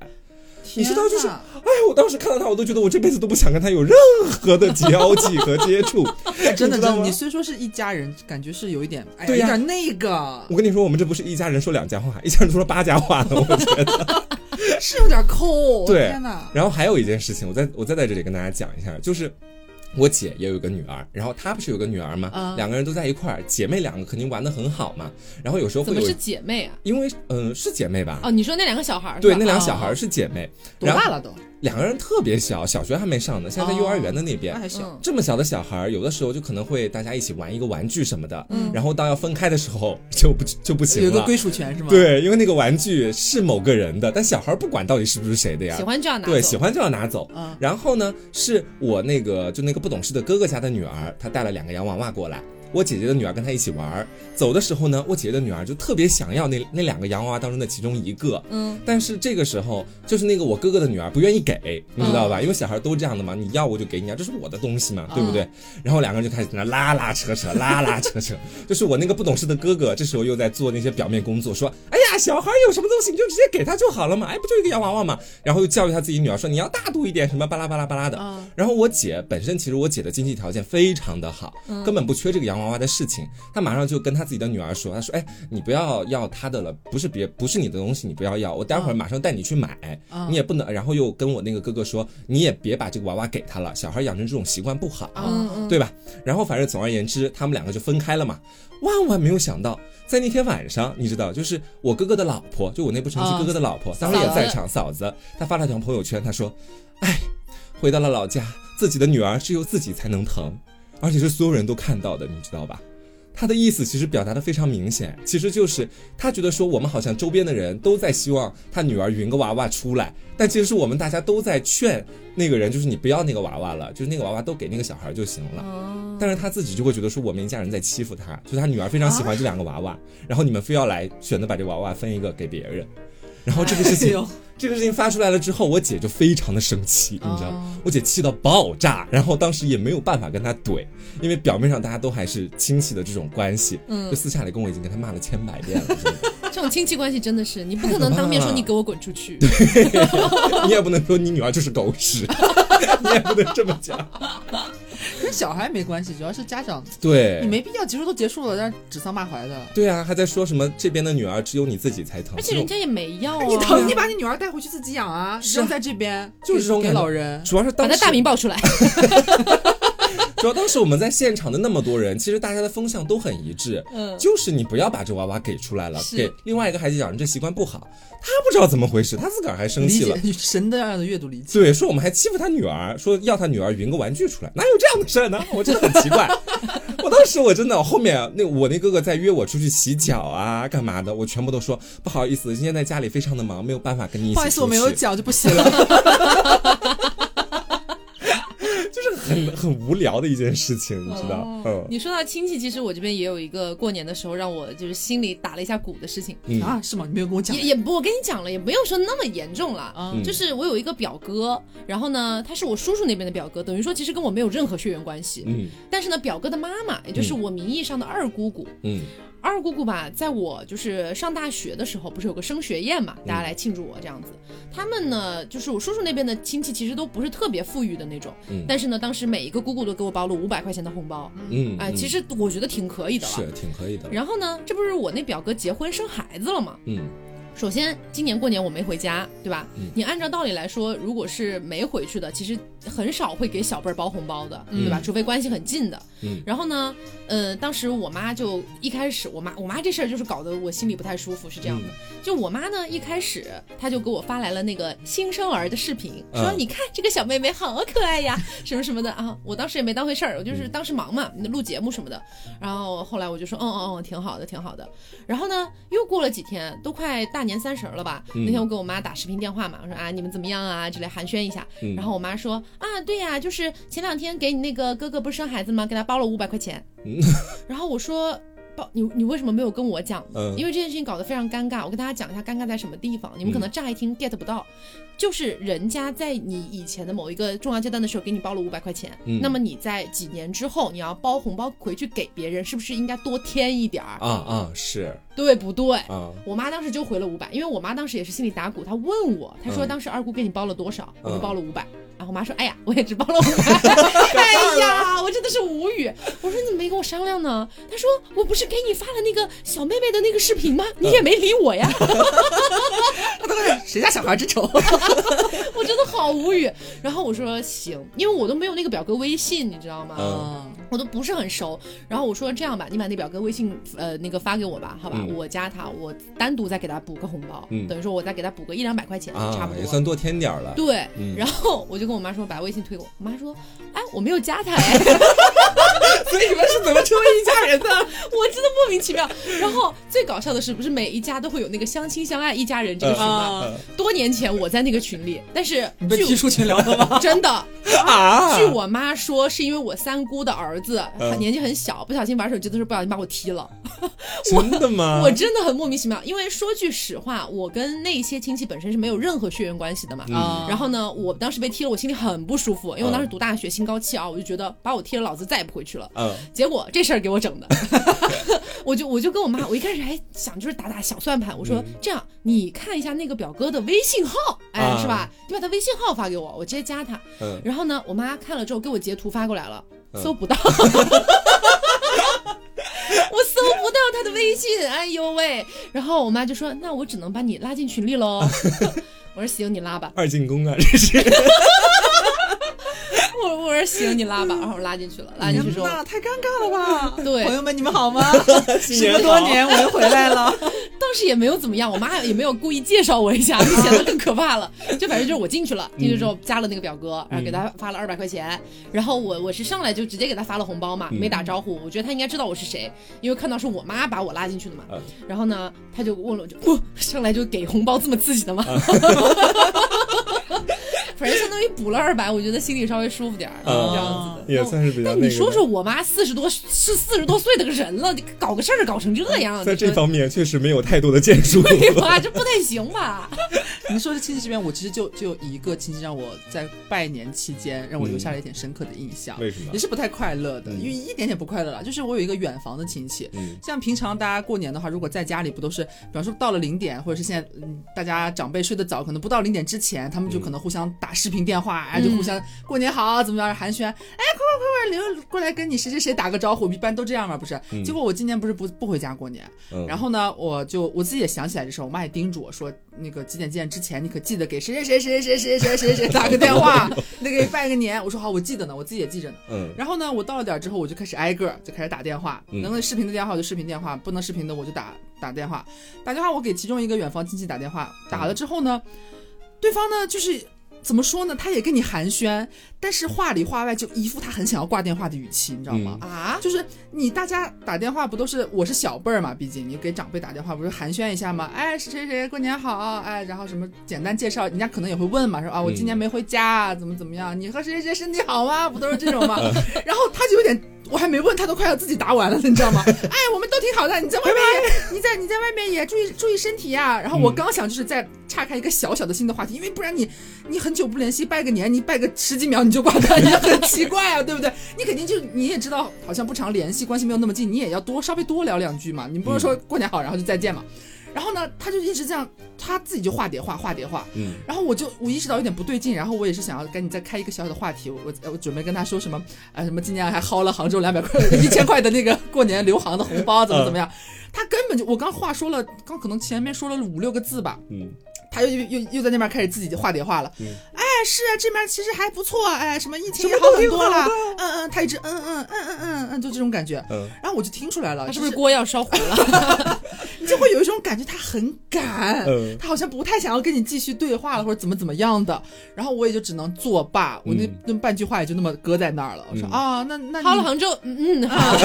S2: 你知道就是
S3: 天哪
S2: 哎，我当时看到他，我都觉得我这辈子都不想跟他有任何的交际和接
S3: <laughs>
S2: 触，
S3: 哎真的，
S2: 你知
S3: 真
S2: 道
S3: 的，
S2: 吗
S3: 你？虽说是一家人，感觉是有一点，哎呀，
S2: 对呀
S3: 有点那个
S2: 我，跟你说，我们这不是一家人说两家话，一家人说了八家话了，我觉得。 <laughs>
S3: 是有点抠。哦
S2: 对
S3: 天哪，
S2: 然后还有一件事情，我再我再在这里跟大家讲一下，就是。我姐也有一个女儿，然后她不是有个女儿吗？
S3: 啊
S2: 两个人都在一块儿，姐妹两个肯定玩的很好嘛。然后有时候
S1: 怎
S2: 会
S1: 么
S2: 有
S1: 是，姐妹啊？
S2: 因为嗯、呃是姐妹吧？
S3: 哦
S1: 哦，你说那两个小孩儿是吧
S2: 对，那两个小孩儿是姐妹。
S3: 多
S2: 然后
S3: 大了都？
S2: 两个人特别小，小学还没上呢，现在在幼儿园的那边。
S3: 那还小，
S1: 嗯
S2: 这么小的小孩儿，有的时候就可能会大家一起玩一个玩具什么的，
S1: 嗯
S2: 然后当要分开的时候就不就不行
S3: 有一个
S2: 了。
S3: 归属权是吗？，
S2: 对，因为那个玩具是某个人的，但小孩儿不管到底是不是谁的呀，
S1: 喜欢就要拿走，
S2: 对，喜欢就要拿走。
S3: 啊
S2: 然后呢，是我那个就那个不懂事的哥哥家的女儿，她带了两个洋娃娃过来。我姐姐的女儿跟她一起玩儿，走的时候呢，我姐姐的女儿就特别想要那那两个洋娃娃当中的其中一个，
S1: 嗯，
S2: 但是这个时候就是那个我哥哥的女儿不愿意给，你知道吧？因为小孩都这样的嘛，你要我就给你啊，这是我的东西嘛，对不对？然后两个人就开始在那拉拉扯扯，拉拉扯扯，就是我那个不懂事的哥哥，这时候又在做那些表面工作，说，哎呀，小孩有什么东西你就直接给他就好了嘛，哎，不就一个洋娃娃嘛？然后又教育他自己女儿说，你要大度一点，什么巴拉巴拉巴拉的。
S3: 啊，
S2: 然后我姐本身其实我姐的经济条件非常的好，根本不缺这个洋娃娃的事情。她马上就跟她自己的女儿说：“她说，哎，你不要要她的了，不是别不是你的东西，你不要要，我待会儿马上带你去买。
S3: 啊
S2: 你也不能，然后又跟我那个哥哥说，你也别把这个娃娃给他了，小孩养成这种习惯不好。
S1: 嗯嗯，
S2: 啊对吧？然后反正总而言之，他们两个就分开了嘛。万万没有想到，在那天晚上，你知道，就是我哥哥的老婆，就我那不成器
S3: 啊
S2: 哥哥的老婆，当时也在场，嫂子，她发了条朋友圈，她说：“哎，回到了老家，自己的女儿只有自己才能疼，而且是所有人都看到的，你知道吧？”她的意思其实表达的非常明显，其实就是她觉得说我们好像周边的人都在希望她女儿匀个娃娃出来，但其实是我们大家都在劝那个人，就是你不要那个娃娃了，就是那个娃娃都给那个小孩就行了。
S1: 哦，
S2: 但是他自己就会觉得说我们一家人在欺负他，就是他女儿非常喜欢这两个娃娃，然后你们非要来选择把这娃娃分一个给别人，然后这个事
S3: 哎
S2: 情、
S3: 呦，
S2: <laughs> 这个事情发出来了之后，我姐就非常的生气，你知道吗
S3: 哦？
S2: 我姐气到爆炸，然后当时也没有办法跟她怼，因为表面上大家都还是亲戚的这种关系，
S1: 嗯
S2: 就私下里跟我已经跟她骂了千百遍了，真的
S1: 这种亲戚关系真的是，你不可能当面说你给我滚出
S2: <laughs>
S1: 去，
S2: 你也不能说你女儿就是狗
S1: <laughs>
S2: 屎，你也不能这么讲，
S3: 跟小孩没关系，主要是家长，
S2: 对，
S3: 你没必要结束都结束了，但是指桑骂槐的。
S2: 对啊，还在说什么这边的女儿只有你自己才疼，
S1: 而
S2: 其
S1: 且
S2: 实
S1: 人
S2: 我
S1: 家也没要
S2: <laughs>
S1: 啊，
S3: 你疼，你把你女儿带回去自己养哦啊，
S2: 是啊
S3: 扔在这边，
S2: 就是这种
S3: 给
S2: 感觉
S3: 老人。
S2: 主要是
S1: 把
S2: 当
S1: 那
S2: 时
S1: 大名报出
S2: <laughs>
S1: 来，
S2: 主要当时我们在现场的那么多人，其实大家的风向都很一致，
S1: 嗯，
S2: 就是你不要把这娃娃给出来了，
S1: 是
S2: 给另外一个孩子养成这习惯不好。他不知道怎么回事，他自个儿还生
S3: 理
S2: 气
S3: 解
S2: 了，
S3: 你神的样的阅读理解，
S2: 对，说我们还欺负他女儿，说要他女儿匀个玩具出来，哪有这样的事儿呢？我真的很奇怪。我当时我真的，后面那我那哥哥在约我出去洗脚啊，干嘛的，我全部都说不好意思，今天在家里非常的忙，没有办法跟你一起
S3: 不
S2: 出去。
S3: 好意思，我没有讲就不行了。 <laughs>
S2: 就是
S1: <laughs>
S2: 很很无聊的一件事情，你知道？嗯
S1: 你说到亲戚，其实我这边也有一个过年的时候让我就是心里打了一下鼓的事情，
S2: 嗯
S3: 啊，是吗？你没有跟我讲
S1: 也也不，我跟你讲了，也没有说那么严重了。
S3: 啊？
S2: 嗯
S1: 就是我有一个表哥，然后呢，他是我叔叔那边的表哥，等于说其实跟我没有任何血缘关系。
S2: 嗯
S1: 但是呢，表哥的妈妈，也就是我名义上的二姑姑，
S2: 嗯
S1: 二姑姑吧，在我就是上大学的时候，不是有个升学宴嘛，大家
S2: 嗯
S1: 来庆祝我这样子。他们呢，就是我叔叔那边的亲戚，其实都不是特别富裕的那种，
S2: 嗯
S1: 但是呢，当时每一个姑姑都给我包了五百块钱的红包，
S2: 嗯，
S1: 哎、
S2: 嗯
S1: 其实我觉得挺可以的了。
S2: 是挺可以的。
S1: 然后呢，这不是我那表哥结婚生孩子了吗？
S2: 嗯
S1: 首先，今年过年我没回家，对吧？
S2: 嗯
S1: 你按照道理来说，如果是没回去的，其实很少会给小辈儿包红包的，对吧？除非关系很近的。
S2: 嗯
S1: 然后呢，呃，当时我妈就一开始，我妈我妈这事儿就是搞得我心里不太舒服，是这
S2: 嗯
S1: 样的。就我妈呢，一开始她就给我发来了那个新生儿的视频，说
S2: 嗯
S1: 你看这个小妹妹好可爱呀，什么什么的啊。我当时也没当回事儿，我
S2: 嗯
S1: 就是当时忙嘛，录节目什么的。然后后来我就说，嗯嗯嗯，挺好的，挺好的。然后呢，又过了几天，都快大年三十儿了吧？
S2: 嗯
S1: 那天我给我妈打视频电话嘛，我说啊，你们怎么样啊？之类寒暄一下。
S2: 嗯
S1: 然后我妈说啊，对呀、就是前两天给你那个哥哥不是生孩子吗？给他包了五百块钱。
S2: 嗯
S1: 然后我说。包你你为什么没有跟我讲呢？
S2: 嗯
S1: 因为这件事情搞得非常尴尬。我跟大家讲一下尴尬在什么地方，你们
S2: 嗯
S1: 可能乍一听 get 不到，就是人家在你以前的某一个重要阶段的时候给你包了五百块钱，
S2: 嗯
S1: 那么你在几年之后你要包红包回去给别人，是不是应该多添一点儿？
S2: 啊啊是
S1: 对不对？
S2: 啊，
S1: 我妈当时就回了五百，因为我妈当时也是心里打鼓，她问我，她说
S2: 嗯
S1: 当时二姑给你包了多少？我说
S2: 嗯
S1: 包了五百。然后我妈说：“哎呀，我也只包了五百。” <laughs> 哎呀，我真的是无语。我说你怎么没跟我商量呢？她说我不是给你发了那个小妹妹的那个视频吗？你
S2: 嗯
S1: 也没理我呀。
S3: 谁家小孩真丑？
S1: 我真的好无语。然后我说行，因为我都没有那个表哥微信，你知道吗？
S2: 嗯
S3: 嗯
S1: 我都不是很熟。然后我说这样吧，你把那表格微信呃那个发给我吧，好吧，
S2: 嗯
S1: 我加他，我单独再给他补个红包，
S2: 嗯
S1: 等于说我再给他补个一两百块钱，差
S2: 啊
S1: 不，
S2: 也
S1: 多。
S2: 算多添点儿了。
S1: 对，
S2: 嗯
S1: 然后我就跟我妈说把微信推给我，我妈说，哎，我没有加他哎，
S2: <laughs> 所以你们是怎么成为一家人的？
S1: <laughs> 我真的莫名其妙。然后最搞笑的是，不是每一家都会有那个相亲相爱一家人这个群
S2: 嗯
S1: 吗？
S3: 啊，
S1: 多年前我在那个群里，但是
S3: 你被
S1: 据
S3: 踢出群聊了吗？
S1: 真的
S2: <laughs> 啊
S1: 据我妈说，是因为我三姑的儿子
S2: 嗯
S1: 他年纪很小，不小心玩手机的时候不小心把我踢了。
S2: 真的吗？
S1: 我真的很莫名其妙，因为说句实话，我跟那些亲戚本身是没有任何血缘关系的
S2: 嗯
S1: 嘛。
S3: 啊
S1: 然后呢，我当时被踢了，我心里很不舒服，因为我当时读大学，心高气傲，我就觉得把我踢了，老子再也不回去了。
S2: 嗯，
S1: 结果这事儿给我整的，我就我就跟我妈，我一开始还想就是打打小算盘，我说、
S2: 嗯
S1: 这样，你看一下那个表哥的微信号，哎，
S2: 啊
S1: 是吧？你把他微信号发给我，我直接加他。
S2: 嗯
S1: 然后呢，我妈看了之后给我截图发过来了，
S2: 嗯
S1: 搜不到。我搜不到他的微信，哎呦喂！然后我妈就说：“那我只能把你拉进群里喽。”我说：“行，你拉吧。
S2: 二进宫啊，这是。
S1: 我”我说：“行，你
S2: 嗯
S1: 拉吧。”然后我拉进去了，拉进去之后，
S3: 嗯那太尴尬了吧？
S1: 对
S3: 朋友们，你们好 <laughs> 吗？
S2: 新
S3: 时
S2: 年好
S3: 隔多年，我又回来了。
S1: 倒是也没有怎么样，我妈也没有故意介绍我一
S2: <laughs>
S1: 下，就显得更可怕了。就反正就是我进去了，
S2: 嗯
S1: 进去之后加了那个表哥，然后给他发了二百块钱，然后我我是上来就直接给他发了红包嘛，
S2: 嗯
S1: 没打招呼，我觉得他应该知道我是谁，因为看到是我妈把我拉进去的嘛
S2: 嗯。
S1: 然后呢，他就问了我就，哦上来就给红包这么刺激的吗？
S2: 嗯
S1: <laughs> 反正相当于补了二百，我觉得心里稍微舒服点儿，
S2: 啊
S1: 这样子的。
S2: 也算是比较
S1: 那
S2: 那个。
S1: 你说说，我妈四十多是四十多岁的个人了，你搞个事儿搞成这样，
S2: 在
S1: 你说
S2: 这方面确实没有太多的建树。
S1: <laughs> 对吧？哎这不太行吧？
S3: 你说这亲戚这边，我其实就就有一个亲戚让我在拜年期间让我留下了一点深刻的印
S2: <laughs>
S3: 象，
S2: 为什么
S3: 也？是不太快乐的，因为一点点不快乐了。就是我有一个远房的亲戚，
S2: 嗯
S3: 像平常大家过年的话，如果在家里不都是，比方说到了零点，或者是现在嗯大家长辈睡得早，可能不到零点之前，他们就可能互相打视频电话，哎、就互相过年好怎么样寒暄，哎，快快快快，刘过来跟你谁谁谁打个招呼，一般都这样嘛，不是？
S2: 嗯
S3: 结果我今年不是不不回家过年，
S2: 嗯，
S3: 然后呢，我就我自己也想起来这事儿，我妈也叮嘱我说，那个几点几点之前，你可记得给谁谁谁谁谁谁谁谁谁打个电话，那个拜个年。我说好，我记得呢，我自己也记着呢。
S2: 嗯
S3: 然后呢，我到了点儿之后，我就开始挨个儿就开始打电话，
S2: 嗯
S3: 能视频的电话我就视频电话，不能视频的我就打打电话。打电话我给其中一个远方亲戚打电话，打了之后呢，对方呢就是怎么说呢，他也跟你寒暄，但是话里话外就一副他很想要挂电话的语气，你知道吗？
S1: 啊，
S3: 就是你大家打电话不都是我是小辈儿嘛，毕竟你给长辈打电话不是寒暄一下吗？哎，谁谁谁过年好，哎，然后什么简单介绍，人家可能也会问嘛，说啊我今年没回家啊，怎么怎么样，你和谁谁谁身体好吗？ <laughs> 不都是这种吗？然后他就有点。我还没问，他都快要自己答完了，你知道吗？哎，我们都挺好的，你在外面也，你在你在外面也注意注意身体呀、然后我刚想就是再岔开一个小小的新的话题，因为不然你你很久不联系，拜个年，你拜个十几秒你就挂断， <laughs> 也很奇怪啊，对不对？你肯定就你也知道，好像不常联系，关系没有那么近，你也要多稍微多聊两句嘛。你不能说过年好，然后就再见嘛。然后呢，他就一直这样，他自己就话叠话，话叠话。
S2: 嗯
S3: 然后我就我意识到有点不对劲，然后我也是想要赶紧再开一个小小的话题，我我我准备跟他说什么，啊什么今年还薅了杭州两百块一千块的那个过年留行的红包怎么怎么样，他根本就我刚话说了，刚可能前面说了五六个字吧，
S2: 嗯
S3: 他又又又又在那边开始自己话叠话了。
S2: 嗯
S3: 哎，是啊，这边其实还不错，哎，什么疫情也好很多了。嗯嗯，他一直嗯嗯嗯嗯嗯嗯，就这种感觉。
S2: 嗯
S3: 然后我就听出来了，
S1: 他
S2: 啊
S1: 是
S3: 就
S1: 不是
S3: 是
S1: 锅要烧糊了？
S3: 你就会有一种感觉，他很赶。
S2: 嗯
S3: 他好像不太想要跟你继续对话了，或者怎么怎么样的，然后我也就只能作罢，我那
S2: 嗯
S3: 那半句话也就那么搁在那儿了。我说
S2: 嗯
S3: 啊，那那你
S1: 好了，杭州，嗯嗯，好，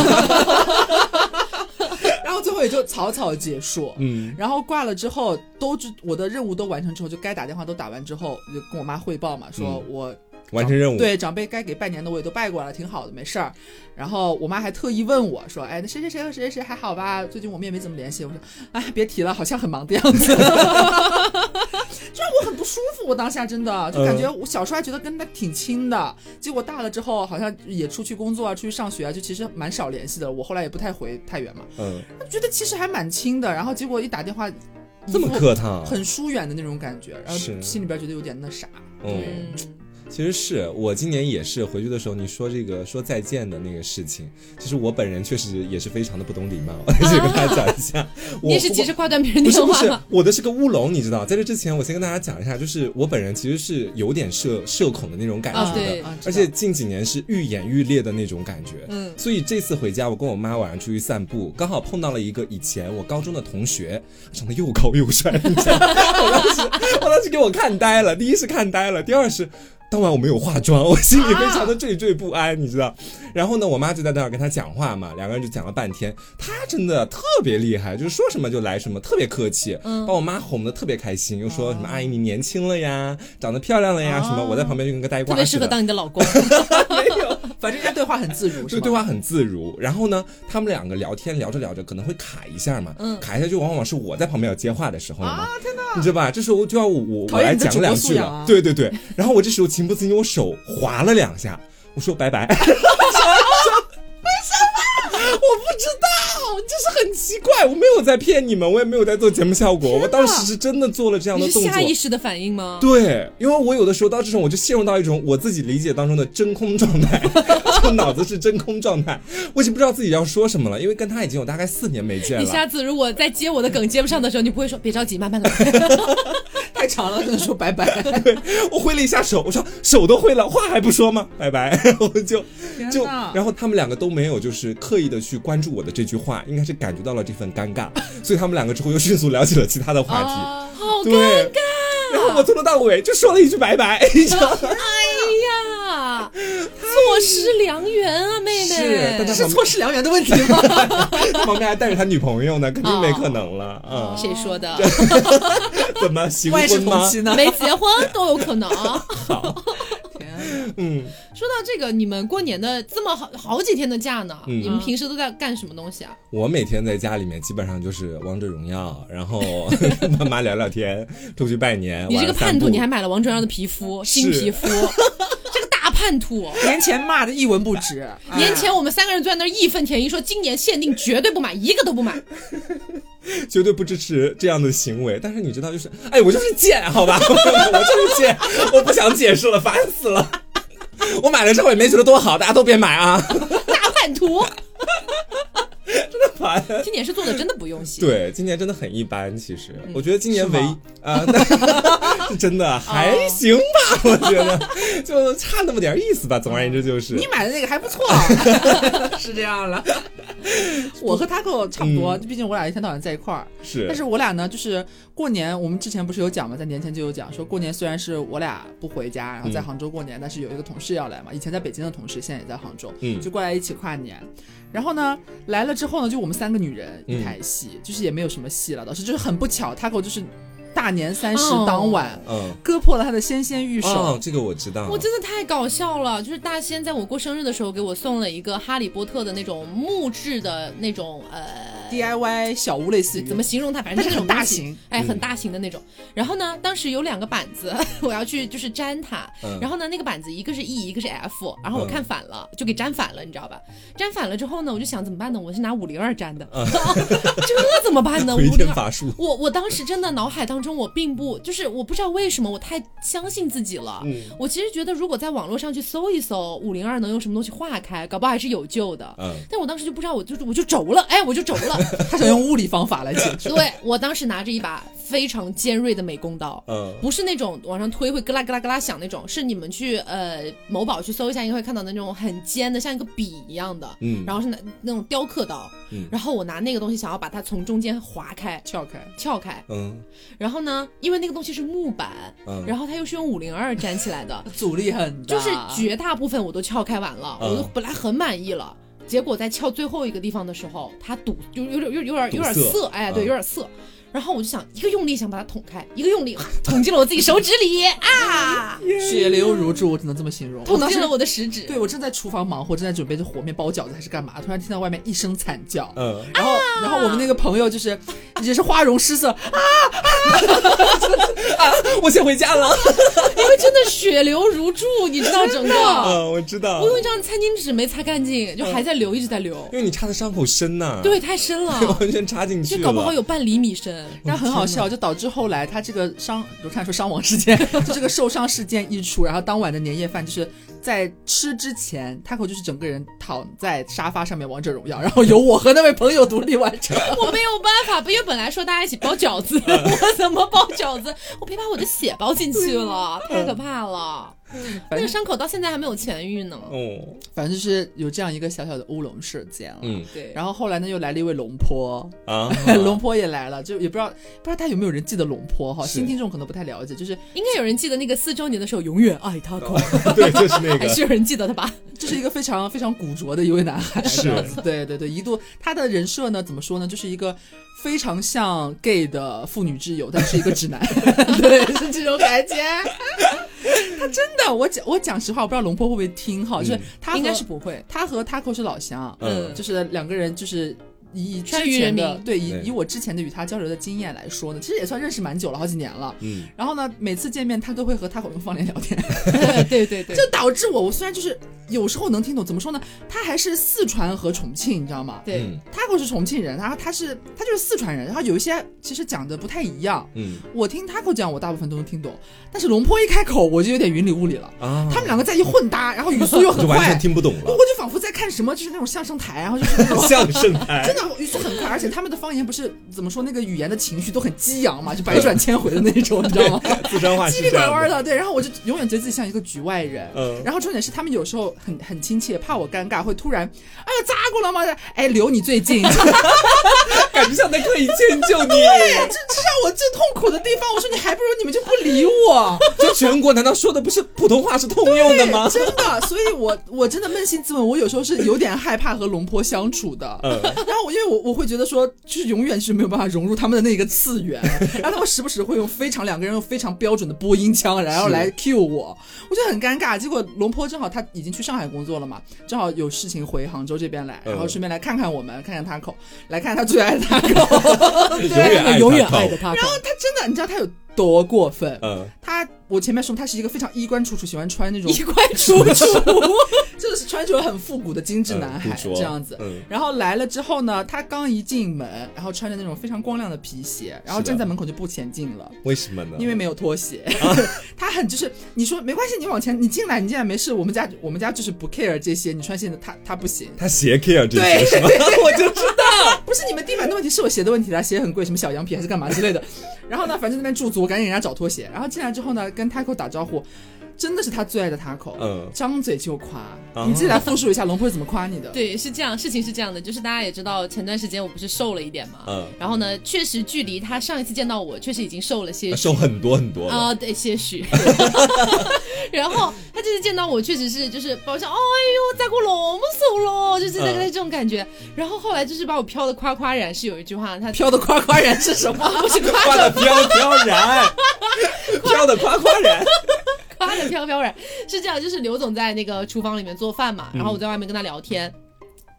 S3: 然后最后也就草草结束。
S2: 嗯
S3: 然后挂了之后，都知我的任务都完成之后，就该打电话都打完之后，我就跟我妈汇报嘛，说
S2: 嗯
S3: 我
S2: 完成任务。
S3: 对，长辈该给拜年的我也都拜过了，挺好的，没事儿。然后我妈还特意问我说：“哎，那谁谁谁和谁谁谁还好吧？最近我们也没怎么联系。”我说：“哎，别提了，好像很忙的样子。” <laughs> 就让我很不舒服，我当下真的就感
S2: 嗯
S3: 觉我小时候还觉得跟他挺亲的，结果大了之后好像也出去工作啊，出去上学啊，就其实蛮少联系的。我后来也不太回太原嘛，
S2: 嗯，
S3: 觉得其实还蛮亲的。然后结果一打电话，一
S2: 这么
S3: 副
S2: 客套。啊
S3: 很疏远的那种感觉，然后
S2: 是 <laughs>
S3: 心里边觉得有点那啥。
S2: 嗯，
S1: 嗯
S2: 其实是我今年也是回去的时候，你说这个说再见的那个事情，其实我本人确实也是非常的不懂礼貌， <laughs> 就跟大家讲一下。我
S1: 你也是急着挂断别人
S2: <laughs> 不是
S1: 电
S2: 不
S1: 话
S2: 是
S1: 吗？，
S2: 我的是个乌龙，你知道。在这之前，我先跟大家讲一下，就是我本人其实是有点社社恐的那种感觉
S1: 啊
S2: 的，嗯
S1: 对
S3: 啊知道
S2: 而且近几年是愈演愈烈的那种感觉。
S1: 嗯
S2: 所以这次回家，我跟我妈晚上出去散步，刚好碰到了一个以前我高中的同学，长得又高又帅，你知道吗？我当时 <laughs> 我当时给我看呆了，第一是看呆了，第二是。当晚我没有化妆，我心里非常的惴惴不安，你知道。然后呢，我妈就在那儿跟他讲话嘛，两个人就讲了半天。他真的特别厉害，就是说什么就来什么，特别客气，
S1: 嗯
S2: 把我妈哄得特别开心，又说什
S1: 哦
S2: 么阿姨你年轻了呀，长得漂亮了呀，什么。我在旁边就跟个呆瓜
S1: 特别适
S2: 似的。
S1: 合当你的老
S2: <laughs>
S1: 公。
S3: 反正人家对话很自如，是
S2: 这
S3: 吗
S2: 对话很自如。然后呢，他们两个聊天聊着聊着可能会卡一下嘛，卡一下就往往是我在旁边要接话的时候啊，天哪！你知道吧？这时候就要我我
S3: 考
S2: 我
S3: 验
S2: 来
S3: 你的
S2: 讲两
S3: 主播素
S2: 句
S3: 养
S2: 了，
S3: 啊
S2: 对对对。然后我这时候情不自禁，我手划了两下，我说拜拜。为什么？我不知道，就是很奇怪，我没有在骗你们，我也没有在做节目效果，我当时是真的做了这样的
S1: 你
S2: 动作。
S1: 是下意识的反应吗？
S2: 对，因为我有的时候到这种，我就陷入到一种我自己理解当中的真空状态， <laughs> 就脑子是真空状态，我已经不知道自己要说什么了，因为跟他已经有大概四年没见
S1: 你
S2: 了。
S1: 下次如果再接我的梗接不上的时候，你不会说别着急，慢慢
S2: <laughs>
S1: 来。
S3: 太长了，跟他说拜拜。
S2: 对，我挥了一下手，我说手都挥了，话还不说吗？拜 <laughs> 拜，我就
S3: 天
S2: 就，
S3: 哪
S2: 然后他们两个都没有就是刻意的去关注我的这句话，应该是感觉到了这份尴尬，所以他们两个之后又迅速聊起了其他的话题。
S3: 啊
S1: 好
S2: 对
S1: 尴尬。
S2: 然后我从头到尾就说了一句拜拜，你知
S3: <laughs>
S2: 道吗？
S1: 哎呀，错失良缘啊，妹妹。
S2: 是但他
S3: <laughs> 是错失良缘的问题吗？
S2: 旁边还带着他女朋友呢，肯定没可能了啊。嗯
S1: 谁说
S2: <laughs>
S1: 的？
S2: 怎么行
S3: <laughs> 万一哦是
S2: 婚
S3: 同
S2: 吗？ <laughs>
S3: 期呢？
S1: 没结婚都有可能。说
S3: 天
S2: 嗯，
S1: 到这个，你们过年的这么好好几天的假呢，
S2: 嗯
S1: 你们平时都在干什么东西啊？
S2: 我每天在家里面基本上就是王者荣耀，然后跟妈妈聊聊天，出去拜年。
S1: 你这个
S2: 晚上散
S1: 叛徒，
S2: 步
S1: 你还买了王者荣耀的皮肤，
S2: 是哎
S1: 新皮肤，
S2: <laughs>
S1: 这个大叛徒。
S3: 年前骂的一文不 <laughs> 值，哎
S1: 年前我们三个人坐在那儿义愤填膺，说今年限定绝对不买，一个都不买。
S2: 绝对不支持这样的行为。但是你知道，就是哎，我就是贱，好吧， <laughs> 我就是贱，我不想解释了，烦死了。我买了之后也没觉得多好，大家都别买啊，
S1: 大叛徒，
S2: 烦。
S1: 今年是做的真的不用心。
S2: 对，啊今年真的很一般。其实，我觉得今年
S3: 是
S2: 唯一
S3: 吗
S2: 啊，那 <laughs> 是真的还行吧，我觉得就差那么点意思吧。总而言之，就是
S3: 你买的那个还不错， <laughs> 是这样 <laughs> 了。我和 Taco 差不多，
S2: 嗯
S3: 毕竟我俩一天到晚在一块儿。
S2: 是，
S3: 但是我俩呢，就是过年，我们之前不是有讲嘛，在年前就有讲说，过年虽然是我俩不回家，然后在
S2: 嗯
S3: 杭州过年，但是有一个同事要来嘛，以前在北京的同事，现在也在杭州，
S2: 嗯
S3: 就过来一起跨年。然后呢，来了之后呢，就我们三个女人一台戏，就是也没有什么戏了，倒是就是很不巧，Taco 就是大年三十
S1: 哦
S3: 当晚、
S2: 嗯。
S3: 割破了他的纤纤玉手。
S2: 哦，这个我知道。
S1: 我真的太搞笑了，就是大仙在我过生日的时候给我送了一个哈利波特的那种木质的那种呃
S3: DIY 小屋类似于
S1: 怎么形容它？反正
S3: 但
S1: 就是嗯是那种
S3: 很大
S1: 东西，
S3: 型，
S1: 哎，很
S2: 嗯
S1: 大型的那种。然后呢，当时有两个板子， <laughs> 我要去就是粘它。
S2: 嗯
S1: 然后呢，那个板子一个是 E，一个是 F，然后我
S2: 嗯
S1: 看反了，就给粘反了，你知道吧？粘反了之后呢，我就想怎么办呢？我是拿五零二粘的，
S2: 嗯
S1: <laughs> 这怎么办
S2: <laughs>
S1: 呢？五
S2: 回
S1: 零
S2: 天
S1: 二。
S2: 乏术。
S1: 我我当时真的脑海当中，我并不就是我不知道为什么我太相信自己了。
S2: 嗯
S1: 我其实觉得如果在网络上去搜一搜五零二能用什么东西化开，搞不好还是有救的。
S2: 嗯，
S1: 但我当时就不知道，我就我就轴了，哎，我就轴了。
S3: 他想用物理方法来解
S1: <laughs>
S2: <laughs>
S3: 决。
S1: 对我当时拿着一把非常尖锐的美工刀，
S2: 嗯
S1: 不是那种往上推会咯啦咯啦咯啦响那种，是你们去呃某宝去搜一下，应该会看到的那种很尖的，像一个笔一样的，
S2: 嗯
S1: 然后是那那种雕刻刀，
S2: 嗯
S1: 然后我拿那个东西想要把它从中间划开。
S3: 撬开，
S1: 撬开，
S2: 嗯
S1: 然后呢，因为那个东西是木板，
S2: 嗯
S1: 然后它又是用五零二粘起来的，
S3: 阻力很大，
S1: 就是绝大部分我都撬开完了，
S2: 嗯
S1: 我都本来很满意了，结果在撬最后一个地方的时候，它堵，就有点有点有点有点
S2: 堵塞
S1: 涩，哎，对，
S2: 嗯
S1: 有点涩。然后我就想一个用力想把它捅开，一个用力捅进了我自己手指里啊，
S2: 嗯
S3: 血流如注，我只能这么形容。我
S1: 捅
S3: 当时
S1: 进了，我的食指。
S3: 对我正在厨房忙活，正在准备这和面包饺子还是干嘛，突然听到外面一声惨叫，
S2: 嗯，
S3: 然后然后我们那个朋友就是也是花容失色，啊
S2: 我先回家了。
S1: 因为真的血流如注，你知道整个，
S2: 嗯，我知道
S1: 啊我，用一张餐巾纸没擦干净，就还在流，一直在流，
S2: 因为你插的伤口深呐， <laughs>
S1: 对，，太深了，
S2: 嗯
S1: 啊
S2: 完全插进去
S1: 就
S2: 了，
S1: 搞不好有半厘米深。人，
S3: 但很好笑，就导致后来他这个伤，就看说伤亡事件， <laughs> 就这个受伤事件一出，然后当晚的年夜饭就是在吃之前，Taco 就是整个人躺在沙发上面王者荣耀，然后由我和那位朋友独立完成。
S1: <laughs> 我没有办法，因为本来说大家一起包饺子，我怎么包饺子？我别把我的血包进去了，太可怕了。
S3: 反
S1: 那个
S3: 正
S1: 伤口到现在还没有痊愈呢。
S2: 哦，
S3: 反正就是有这样一个小小的乌龙事件了。
S2: 嗯
S1: 对，
S3: 然后后来呢，又来了一位龙坡，，
S2: 啊 <laughs>
S3: <laughs> 龙坡也来了，就也不知道不知道大家有没有人记得龙坡哈，
S2: 是
S3: 新听众可能不太了解，就是
S1: 应该有人记得那个四周年的时候，永远爱他口，
S2: 对，就是那
S1: 还 <laughs>
S2: 个
S1: 是有人记得他吧？
S3: 这是一个非常非常古拙的一位男孩，
S2: 是
S3: 这样子对对对，一度他的人设呢，怎么说呢，就是一个非常像 gay 的妇女挚友，但是一个
S2: <laughs>
S3: 直男，对，是这种感觉。他真的，我讲我讲实话，我不知道龙坡会不会听哈，就是
S2: 嗯
S3: 他和
S1: 应该是不会。
S3: 他和 Taco 是老乡，
S2: 嗯
S3: 就是两个人就是。以以之
S1: 川渝
S3: 前
S1: 人
S3: 的
S1: 民
S3: 对以
S2: 对
S3: 以我之前的与他交流的经验来说呢，其实也算认识蛮久了，好几年了。
S2: 嗯，
S3: 然后呢，每次见面他都会和 Taco 用方言聊天，
S1: 嗯 <laughs> 对对对，
S3: 就导致我，我虽然就是有时候能听懂，怎么说呢？他还是四川和重庆，你知道吗？
S1: 对，
S2: 嗯
S3: 他可是重庆人，然后他是他就是四川人，然后有一些其实讲的不太一样。
S2: 嗯
S3: 我听 Taco 讲，我大部分都能听懂，但是龙坡一开口，我就有点云里雾里了。
S2: 啊，
S3: 他们两个在一混搭，然后语速
S2: 就
S3: 又很
S2: 完
S3: 快
S2: 全，听不懂
S3: 我 <laughs>
S2: 了，
S3: 就仿佛在看什么，就是那种相声台，然后就是那种
S2: 相声台
S3: <laughs> 真的语速很快，而且他们的方言不是怎么说那个语言的情绪都很激昂嘛，就百转千回的那种，你知道吗？
S2: 四川
S3: <laughs>
S2: 话
S3: 叽
S2: 是
S3: 里
S2: 这
S3: 拐弯
S2: 样的，
S3: 的，对。然后我就永远觉得自己像一个局外人。
S2: 嗯
S3: 然后重点是他们有时候很很亲切，怕我尴尬，会突然，哎呀，咋过了吗？哎，留你最
S2: <laughs>
S3: 近，这是
S2: 感觉像在刻意迁就你。
S3: 让我最痛苦的地方。我说你还不如你们就不理
S2: <laughs>
S3: 我，
S2: 就全国难道说的不是普通话是通用的吗
S3: 对？真的，所以我我真的扪心自问，我有时候是有点害怕和龙坡相处的。
S2: 嗯，
S3: <laughs> 然后我因为我我会觉得说，就是永远是没有办法融入他们的那个次
S2: <laughs>
S3: 元，然后他们时不时会用非常两个人用非常标准的播音腔，然后来 cue 我，我就很尴尬。结果龙坡正好他已经去上海工作了嘛，正好有事情回杭州这边来，
S2: 嗯
S3: 然后顺便来看看我们，看看他口，来看他最爱的他
S2: <laughs>
S3: 口，对，
S2: 永远爱
S1: 永远
S2: 他
S1: 爱着他口
S3: 然。后他真的，你知道他有多过分？
S2: 嗯，
S3: 他我前面说他是一个非常衣冠楚楚，喜欢穿那种
S1: 一块出 <laughs> 出，
S3: 就是穿着很复古的精致男孩、
S2: 嗯古着
S3: 这样子。
S2: 嗯
S3: 然后来了之后呢，他刚一进门，然后穿着那种非常光亮的皮鞋，然后
S2: 是的
S3: 站在门口就不前进了。
S2: 为什么呢？
S3: 因为没有拖鞋，
S2: 啊
S3: <laughs> 他很就是你说没关系，你往前，你进来，你进来没事，我们家我们家就是不 care 这些，你穿鞋的他他不行，
S2: 他斜 care 这
S3: <laughs> 对
S2: 些是吗？
S3: 我就知道，不是你们地板的问题，是我鞋的问题啦，鞋很贵，什么小羊皮还是干嘛之
S2: <laughs>
S3: 类的。然后呢，反正那边驻足，我赶紧给人家找拖鞋。然后进来之后呢，跟 Taco 打招呼，真的是他最爱的 Taco，
S2: 嗯
S3: 张嘴就夸。
S2: 啊
S3: 你自己来复述一下龙坡是怎么夸你的？
S1: 对，是这样，事情是这样的，就是大家也知道，前段时间我不是瘦了一点嘛，
S2: 嗯
S1: 然后呢，确实距离他上一次见到我，确实已经瘦了些许
S2: 啊瘦很多很多了
S1: 啊、对，些
S2: <laughs>
S1: 许。 <laughs> 然后他这次见到我，确实是就是把我想，哎呦，咋过那么瘦了，就是那个这
S2: 嗯
S1: 种感觉。然后后来就是把我飘的夸夸然，是有一句话，他
S3: 飘的夸夸然是什么？
S1: 不是
S2: 夸
S1: 夸
S2: 的
S1: 的
S2: 飘飘然，飘的夸夸然。
S1: 夸的飘飘然，是这样，就是刘总在那个厨房里面做饭
S2: 嗯
S1: 嘛，然后我在外面跟他聊天。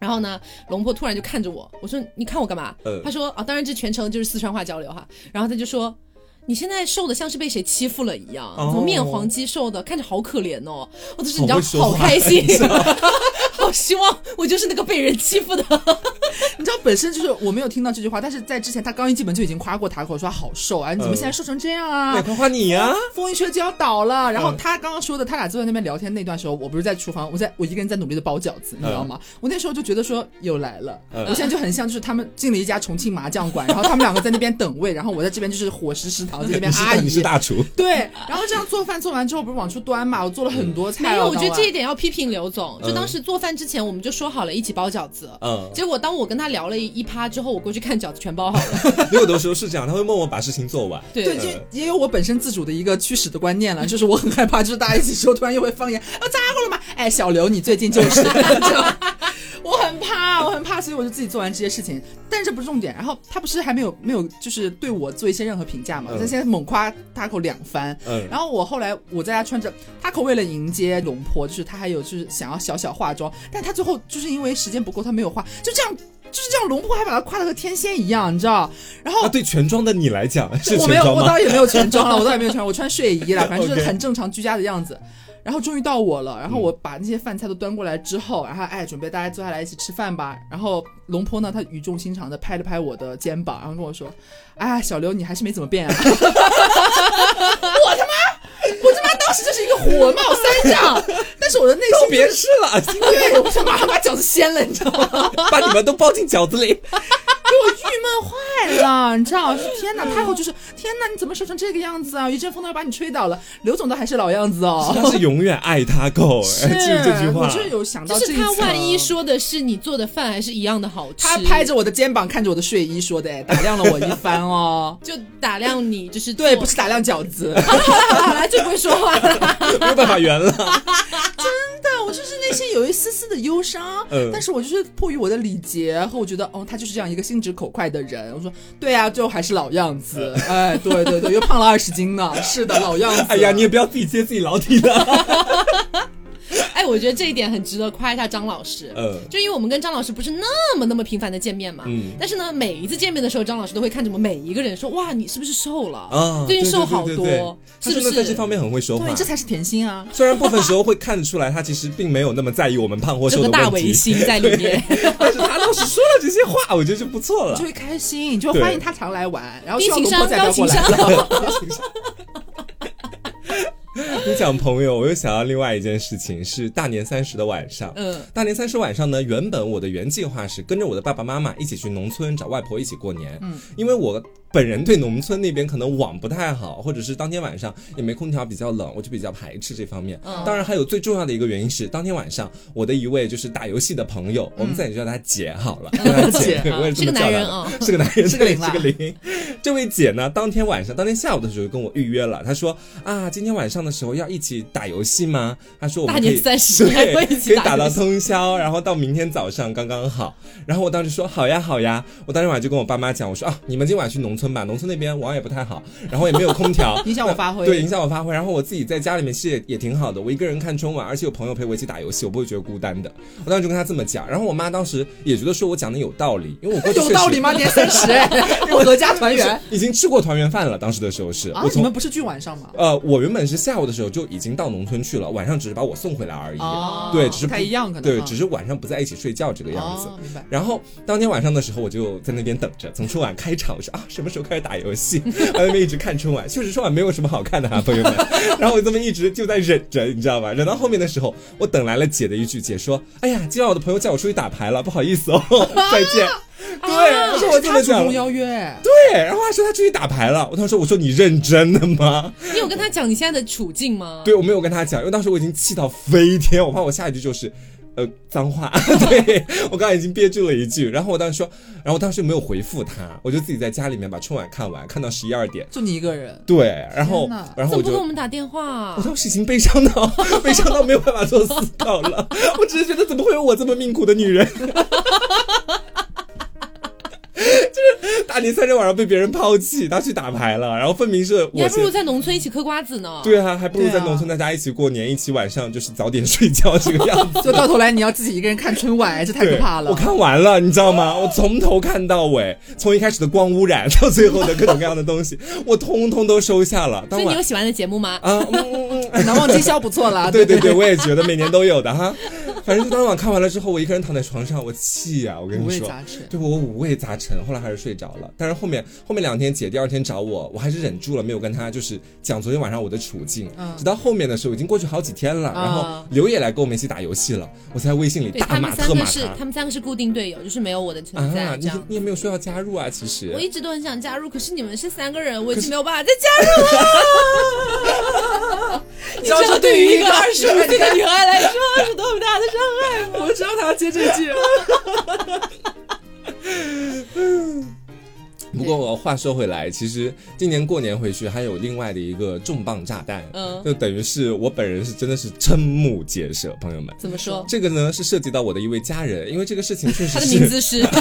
S1: 然后呢，龙婆突然就看着我，我说：“你看我干嘛？”
S2: 嗯
S1: 他说：“啊，当然这全程就是四川话交流哈。”然后他就说：“你现在瘦的像是被谁欺负了一样，
S2: 哦
S1: 怎么面黄肌瘦的，看着好可怜哦。”我就是你
S2: 好会
S1: 知道，好
S2: 说话
S1: 开
S2: <laughs>
S1: 心， <laughs> 好希望我就是那个被人欺负的。
S3: 你知道本身就是我没有听到这句话，但是在之前他刚一进门就已经夸过 Taco 说他好瘦啊，你怎么
S2: 嗯
S3: 现在瘦成这样啊？
S2: 对，夸夸你呀、
S3: 风一吹就要倒了。然后
S2: 嗯
S3: 他刚刚说的，他俩坐在那边聊天那段时候，我不是在厨房，我在我一个人在努力的包饺子，你知道吗？我那时候就觉得说又来了，
S2: 嗯
S3: 我现在就很像就是他们进了一家重庆麻将馆，然后他们两个在那边等位，然后我在这边就是伙食食堂在那
S2: 你
S3: 边
S2: 是
S3: 阿
S2: 你是
S3: 姨。
S2: 大厨，
S3: 对，然后这样做饭做完之后，不是往出端嘛？我做了很多菜、啊
S1: 没有，我觉得这一
S3: 这
S1: 点要批评刘总。就
S2: 嗯
S1: 当时做饭之前，我们就说好了一起包饺子。
S2: 嗯，
S1: 结果当我跟他聊了一一趴之后，我过去看饺子全包好了。
S2: 有的时候是这样，他会默默把事情做完。
S1: 对
S2: <laughs>
S3: 对，就也有我本身自主的一个驱使的观念了，就是我很害怕，就是大家一起说，突然又会方言 <laughs> 啊，咋过了吗？哎，小刘，你最近就是 <laughs> 这样。我很怕，我很怕，所以我就自己做完这些事情。但是这不是重点。然后他不是还没有没有，就是对我做一些任何评价嘛？
S2: 嗯
S3: 他先猛夸 Taco 两番。
S2: 嗯
S3: 然后我后来我在家穿着 Taco，为了迎接龙婆，就是他还有就是想要小小化妆，但他最后就是因为时间不够，他没有化，就这样就是这样，龙婆还把他夸得和天仙一样，你知道？然后
S2: 那对全妆的你来讲是
S3: 哦我
S2: 全
S3: 没有，
S2: 妆
S3: 我
S2: 吗？
S3: 倒也没有全妆了，我倒也没有全，我穿睡衣了，反正就是
S2: OK 嗯
S3: 很正常居家的样子。然后终于到我了，然后我把那些饭菜都端过来之后，然后哎，准备大家坐下来一起吃饭吧。然后龙坡呢，他语重心长的拍了拍我的肩膀，然后跟我说：“哎，小刘，你还是没怎么变啊！” <laughs> 我他妈，我他妈当时就是一个火冒三丈，但是我的内
S2: 都
S3: 心
S2: 别吃了，
S3: 对，我想马上把饺子掀了，你知道吗？
S2: 把你们都包进饺子里。
S3: 给我郁闷坏了，你知道？是天哪，太后就是天哪，你怎么瘦成这个样子啊？一阵风都要把你吹倒了。刘总倒还是老样子
S2: <laughs>
S3: 哦。
S2: 他是永远爱他够，记住这句
S3: 我
S2: 话。
S3: 就有想到
S1: 就
S3: 这
S1: 是他
S3: 层
S1: 万一。说的是你做的饭还是一样的好吃，。
S3: 他拍着我的肩膀，看着我的睡衣说的，哎打量了我一番哦
S1: 就打量你，就是
S3: 对，
S1: 做
S3: 不是打量饺子，
S1: 好了好了，最不会说话了。
S2: 没有办法圆了。
S3: <laughs> 但我就是内心有一丝丝的忧伤。
S2: 嗯
S3: 但是我就是迫于我的礼节和我觉得，哦，他就是这样一个心直口快的人。我说，对啊，最后还是老
S2: <laughs>
S3: 样子。哎，对对对，又胖了二十斤呢。是的，老样子。
S2: 哎呀，你也不要自己揭自己老底了。
S1: <laughs> 哎，我觉得这一点很值得夸一下张老师。
S2: 嗯
S1: 就因为我们跟张老师不是那么那么频繁的见面嘛，
S2: 嗯
S1: 但是呢，每一次见面的时候，张老师都会看着我们每一个人说：“哇，你是不是瘦了？
S2: 啊，
S1: 最近
S2: 对
S1: 瘦好
S2: 对
S1: 多，
S2: 对对对他
S1: 是
S2: 真
S1: 不
S2: 的在这
S1: 是？”
S2: 方面很会说话
S3: 对，。这才是甜心啊。
S2: 虽然部分时候会看得出来，他其实并没有那么在意我们胖或
S1: 整
S2: 瘦
S1: 个
S2: 的
S1: 大
S2: 问
S1: 围
S2: 题，
S1: 心在里面，
S2: 但是他倒是说了这些话，我觉得就不错
S3: 你
S2: 了
S3: 就。会开心，你就
S2: 对
S3: 欢迎他常来玩，然后
S1: 低
S3: 希望
S1: 情
S3: 龙
S1: 商
S3: 婆再
S1: 高
S3: 不要
S1: 情
S3: 过来 <laughs>
S1: 商。
S3: 了。
S2: 你讲朋友，我又想到另外一件事情，是大年三十的晚上。
S1: 嗯，
S2: 大年三十晚上呢，原本我的原计划是跟着我的爸爸妈妈一起去农村找外婆一起过年。嗯，因为我本人对农村那边可能网不太好，或者是当天晚上也没空调，比较冷，我就比较排斥这方面。
S1: 嗯
S2: 当然还有最重要的一个原因是，当天晚上我的一位就是打游戏的朋友，我们暂且叫他姐好了，叫他姐，
S3: 姐
S2: 对
S1: 啊
S2: <laughs> 我也
S1: 是
S2: 这
S1: 个
S2: 么
S1: 男
S2: 叫她
S1: 人
S2: 的
S1: 啊
S2: 是个男人，
S3: 是个
S2: 对
S3: 零啦，
S2: 是个零。这位姐呢，当天晚上，当天下午的时候就跟我预约了，她说啊，今天晚上的时候要一起打游戏吗？她说我们
S1: 大
S2: 可
S1: 年
S2: 以
S1: 三十还
S2: <laughs> 对
S1: 会一
S2: 可
S1: 起
S2: 以打
S1: 游
S2: 到
S1: 戏
S2: 通宵，然后到明天早上刚刚好。然后我当时说好呀好呀，我当时晚上就跟我爸妈讲，我说啊，你们今晚去农村吧，农村那边网也不太好，然后也没有空调
S3: 影响我发挥
S2: 对，影响我发挥。然后我自己在家里面是也也挺好的，我一个人看春晚，而且有朋友陪我一起打游戏，我不会觉得孤单的。我当时就跟他这么讲，然后我妈当时也觉得说我讲的有道理，因为我过去
S3: 有道理？吗？年三
S2: <laughs>
S3: 十，我合家团圆。
S2: 已经吃过团圆饭了，当时的时候是，
S3: 啊
S2: 我，
S3: 你
S2: 从
S3: 们不是聚晚上吗？
S2: 呃，我原本是下午的时候就已经到农村去了，晚上只是把我送回来而已。
S3: 哦
S2: 对，只是
S3: 不太一样，可能
S2: 对，
S3: 啊
S2: 只是晚上不在一起睡觉这个样子。
S3: 哦明白。
S2: 然后当天晚上的时候，我就在那边等着，从春晚开场，我说啊，什么时候开始打游戏？ <laughs> 在那边一直看春晚，确实春晚没有什么好看的啊，朋友们。 <laughs> 然后我这么一直就在忍着，你知道吧？忍到后面的时候，我等来了姐的一句，姐说：“哎呀，今晚我的朋友叫我出去打牌了，不好意思哦， <laughs> 再
S3: <laughs>
S2: 见。对，我说我
S3: 啊这是
S2: 这
S3: 他
S2: 么
S3: 主
S2: 讲
S3: 动
S2: 了。
S3: 邀约，
S2: 对，然后他说他出去打牌了，我当时说我说你认真的吗？
S1: 你有跟他讲你现在的处境吗？
S2: 对，我没有跟他讲，因为当时我已经气到飞天，我怕我下一句就是。呃，脏话， <laughs> 对我刚才已经憋住了一句，然后我当时说，然后我当时没有回复他，我就自己在家里面把春晚看完，看到十一二点，
S3: 就你一个人。
S2: 对，然后
S3: 天哪
S2: 然后
S1: 怎么
S2: 我
S1: 不
S2: 就
S1: 给我们打电话啊、
S2: 我当时已经悲伤到 <laughs> 悲伤到没有办法做思考了，我只是觉得怎么会有我这么命苦的女人。 <laughs> 就是大年三十晚上被别人抛弃，他去打牌了，然后分明是
S1: 你
S2: 我
S1: 还不
S2: 先
S1: 如在农村一起嗑瓜子呢。
S2: 对啊，还不如在
S3: 对啊
S2: 农村大家一起过年，一起晚上就是早点睡觉这个样子。
S3: 就到头来你要自己一个人看春晚，哎这 <laughs> 太
S2: 对
S3: 可怕了。
S2: 我看完了，你知道吗？我从头看到尾，从一开始的光污染到最后的各种各样的东西， <laughs> 我通通都收下了。
S1: 所
S2: 当
S1: 以你
S2: 晚
S1: 有喜欢的节目吗？
S2: 啊，嗯嗯嗯，
S3: 难忘今宵不错
S2: <laughs>
S3: 啦。
S2: 对
S3: 啊对
S2: 对对，我也觉得每年都有的哈。反正就当晚看完了之后，我一个人躺在床上，我气呀、我跟
S3: 五
S2: 你
S3: 味
S2: 说。
S3: 杂陈。
S2: 对我五味杂陈，后来还是睡着了。但是后面后面两天姐第二天找我，我还是忍住了，没有跟她就是讲昨天晚上我的处境。
S3: 嗯
S2: 直到后面的时候，已经过去好几天了，
S1: 嗯
S2: 然后刘也来跟我们一起打游戏了，我才微信里
S1: 对
S2: 大
S1: 他
S2: 骂
S1: 们三
S2: 特骂
S1: 个是他们三个是固定队友，就是没有我的存在、
S2: 啊，
S1: 这
S2: 你
S1: 样。
S2: 你也没有说要加入啊，其实
S1: 我一直都很想加入，可是你们是三个人，我已经没有办法再加入了。
S3: 你
S1: 你知道，对于一个二十五岁
S3: 你
S1: 的女孩来说
S2: <laughs>
S1: 是多么大的伤啊害吗？
S3: <laughs> 我知道他要接这句。
S2: 不过我话说回来，其实今年过年回去还有另外的一个重磅炸弹，
S1: 嗯
S2: 就等于是我本人是真的是瞠目结舌，朋友们。
S1: 怎么说？
S2: 这个呢是涉及到我的一位家人，因为这个事情确
S1: 他
S2: 实
S1: 的名
S2: 是，
S1: 字是
S2: <laughs>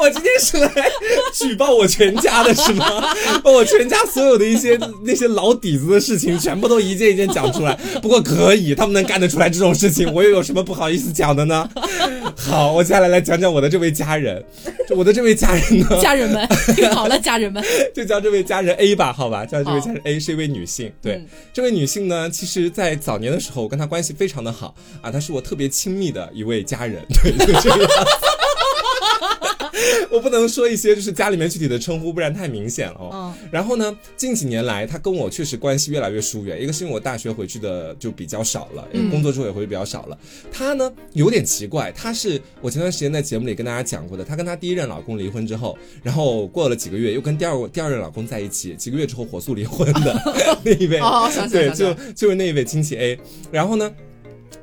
S2: 我今天是来举报我全家的是吗？ <laughs> 把我全家所有的一些那些老底子的事情，全部都一件一件讲出来。不过可以，他们能干得出来这种事情，我又有什么不好意思讲的呢？好，我接下来来讲讲我的这位家人，就我的这位家人呢，
S1: 家人们听好了，家人们，
S2: <laughs> 就叫这位家人 A 吧，好吧，叫这位
S1: 好
S2: 家人 A 是一位女性，对，
S1: 嗯
S2: 这位女性呢，其实，在早年的时候，我跟她关系非常的好啊，她是我特别亲密的一位家人， <laughs> 对，就这个样子。我不能说一些就是家里面具体的称呼，不然太明显了哦。然后呢，近几年来，她跟我确实关系越来越疏远。一个是因为我大学回去的就比较少了，因为工作之后也回去比较少了。她呢有点奇怪，她是我前段时间在节目里跟大家讲过的，她跟她第一任老公离婚之后，然后过了几个月又跟第二第二任老公在一起，几个月之后火速离婚的 <laughs> 那一位。
S3: 哦，想起
S2: 对，
S3: 来想起来
S2: 就就是那一位亲戚 A，然后呢？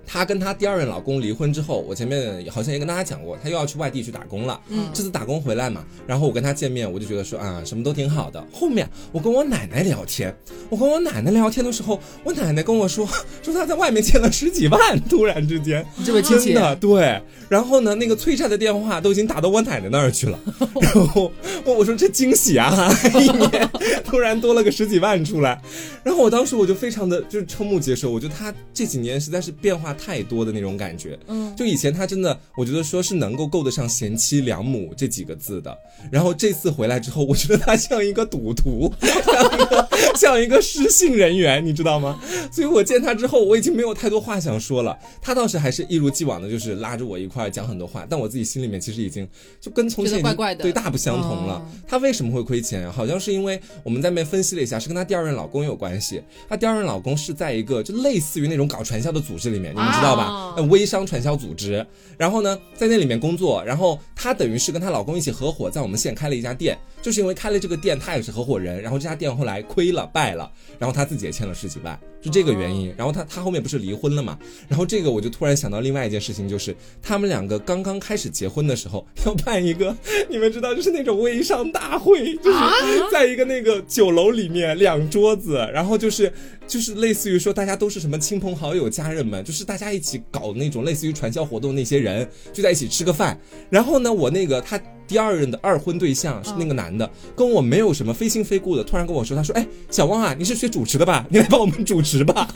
S2: 她跟她第二任老公离婚之后，我前面好像也跟大家讲过，她又要去外地去打工了。
S3: 嗯
S2: 这次打工回来嘛，然后我跟她见面，我就觉得说啊，什么都挺好的。后面我跟我奶奶聊天，我跟我奶奶聊天的时候，我奶奶跟我说，说她在外面欠了十几万，突然之间，
S3: 这位亲戚
S2: 真的对。然后呢，那个催债的电话都已经打到我奶奶那儿
S3: <laughs>
S2: 去了。然后 <laughs> 我我说这惊喜啊，一年突然多了个十几万出来。然后我当时我就非常的就是瞠目结舌，我觉得他这几年实在是变化太多的那种感觉。
S1: 嗯，
S2: 就以前他真的，我觉得说是能够够得上贤妻良母这几个字的。然后这次回来之后，我觉得他像一个赌徒， <laughs> 像一个像一个失信人员，你知道吗？所以我见他之后，我已经没有太多话想说了。他倒是还是一如既往的，就是拉着我一块儿讲很多话，但我自己心里面其实已经就跟从前已
S1: 觉得怪怪
S2: 经
S1: 的哦
S2: 对大不相同了。他为什么会亏钱？好像是因为我们在那边分析了一下，是跟她第二任老公有关系。她第二任老公是在一个就类似于那种搞传销的组织里面，你们知道吧
S1: 啊？
S2: 呃微商传销组织。然后呢，在那里面工作，然后她等于是跟她老公一起合伙，在我们县开了一家店。就是因为开了这个店，她也是合伙人，然后这家店后来亏了败了，然后她自己也欠了十几万，是这个原因。然后她她后面不是离婚了嘛？然后这个我就突然想到另外一件事情，就是他们两个刚刚开始结婚的时候，要办一个， <laughs> 你们知道，就是那种微商大会，就是
S1: 啊
S2: <laughs> 在一个那个酒楼里面，两桌子，然后就是就是类似于说大家都是什么亲朋好友、家人们，就是大家一起搞那种类似于传销活动那些人聚在一起吃个饭。然后呢，我那个他。第二任的二婚对象是那个男的，跟我没有什么非亲非故的，突然跟我说，他说：“哎，小汪啊，你是学主持的吧？ <laughs> 你来帮我们主持吧。”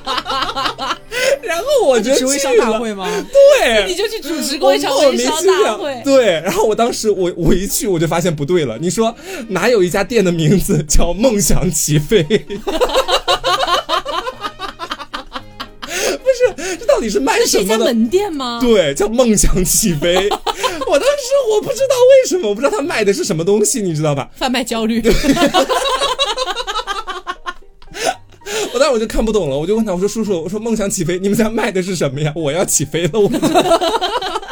S2: <laughs> 然后我就
S3: 这是微商
S2: 去
S3: 大
S2: 了，
S3: 会吗？
S2: 对，
S1: 你就去主持过
S2: 我
S1: 一场
S2: 哦莫
S1: 微
S2: 名
S1: 商
S2: 其
S1: 大
S2: 妙
S1: 会，
S2: 对，然后我当时我我一去我就发现不对了，你说哪有一家店的名字叫梦想起飞？ <laughs> 不是，这到底是卖
S1: 这是
S2: 什
S1: 一家
S2: 么的？
S1: 门店吗？
S2: 对，叫梦想起飞。 <laughs> 我当时我不知道为什么，我不知道他卖的是什么东西，你知道吧？
S1: 贩卖焦虑，
S2: 我当时我就看不懂了，我就问他，我说叔叔，我说梦想起飞，你们家卖的是什么呀？我要起飞了，我。 <laughs>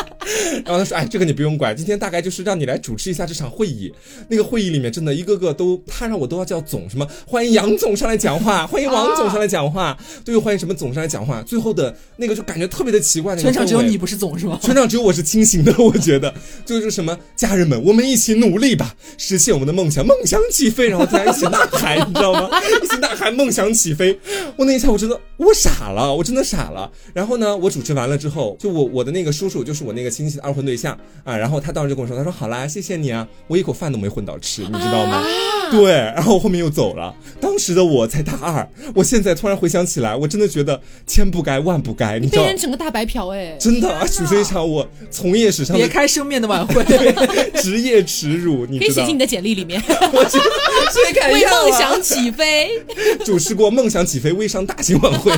S2: 然后他说：“哎，这个你不用管，今天大概就是让你来主持一下这场会议。那个会议里面真的一个个都，他让我都要叫总什么，欢迎杨总上来讲话，欢迎王总上来讲话，对，欢迎什么总上来讲话。最后的那个就感觉特别的奇怪，那个
S3: 全场只有
S2: 氛围
S3: 你不是总是吗？
S2: 全场只有我是清醒的，我觉得就是什么家人们，我们一起努力吧，实现我们的梦想，梦想起飞，然后大家一起呐喊，你知道吗？一起呐喊，梦想起飞。我那一下我真的我傻了，我真的傻了。然后呢，我主持完了之后，就我我的那个叔叔，就是我那个亲戚的二婚对象啊，然后他当时就跟我说，他说好啦，谢谢你啊，我一口饭都没混到吃，你知道吗？对，然后后面又走了。当时的我才大二，我现在突然回想起来，我真的觉得千不该万不该，你知道
S1: 被
S2: 吗
S1: 人整个大白嫖哎，
S2: 真的啊，主持一场我从业史上
S3: 别
S2: 的
S3: 开生面的晚
S1: <laughs>
S3: 会，
S2: <laughs> 职业耻辱，你
S1: 可以
S2: 知
S1: 写
S2: 道哎
S1: 进？你的简历里面，
S2: 我觉得
S3: 谁敢
S1: 为
S3: 要
S1: 梦
S3: 啊？
S1: 想起飞。
S2: <laughs> 主持过《梦想起飞》微商大型晚会，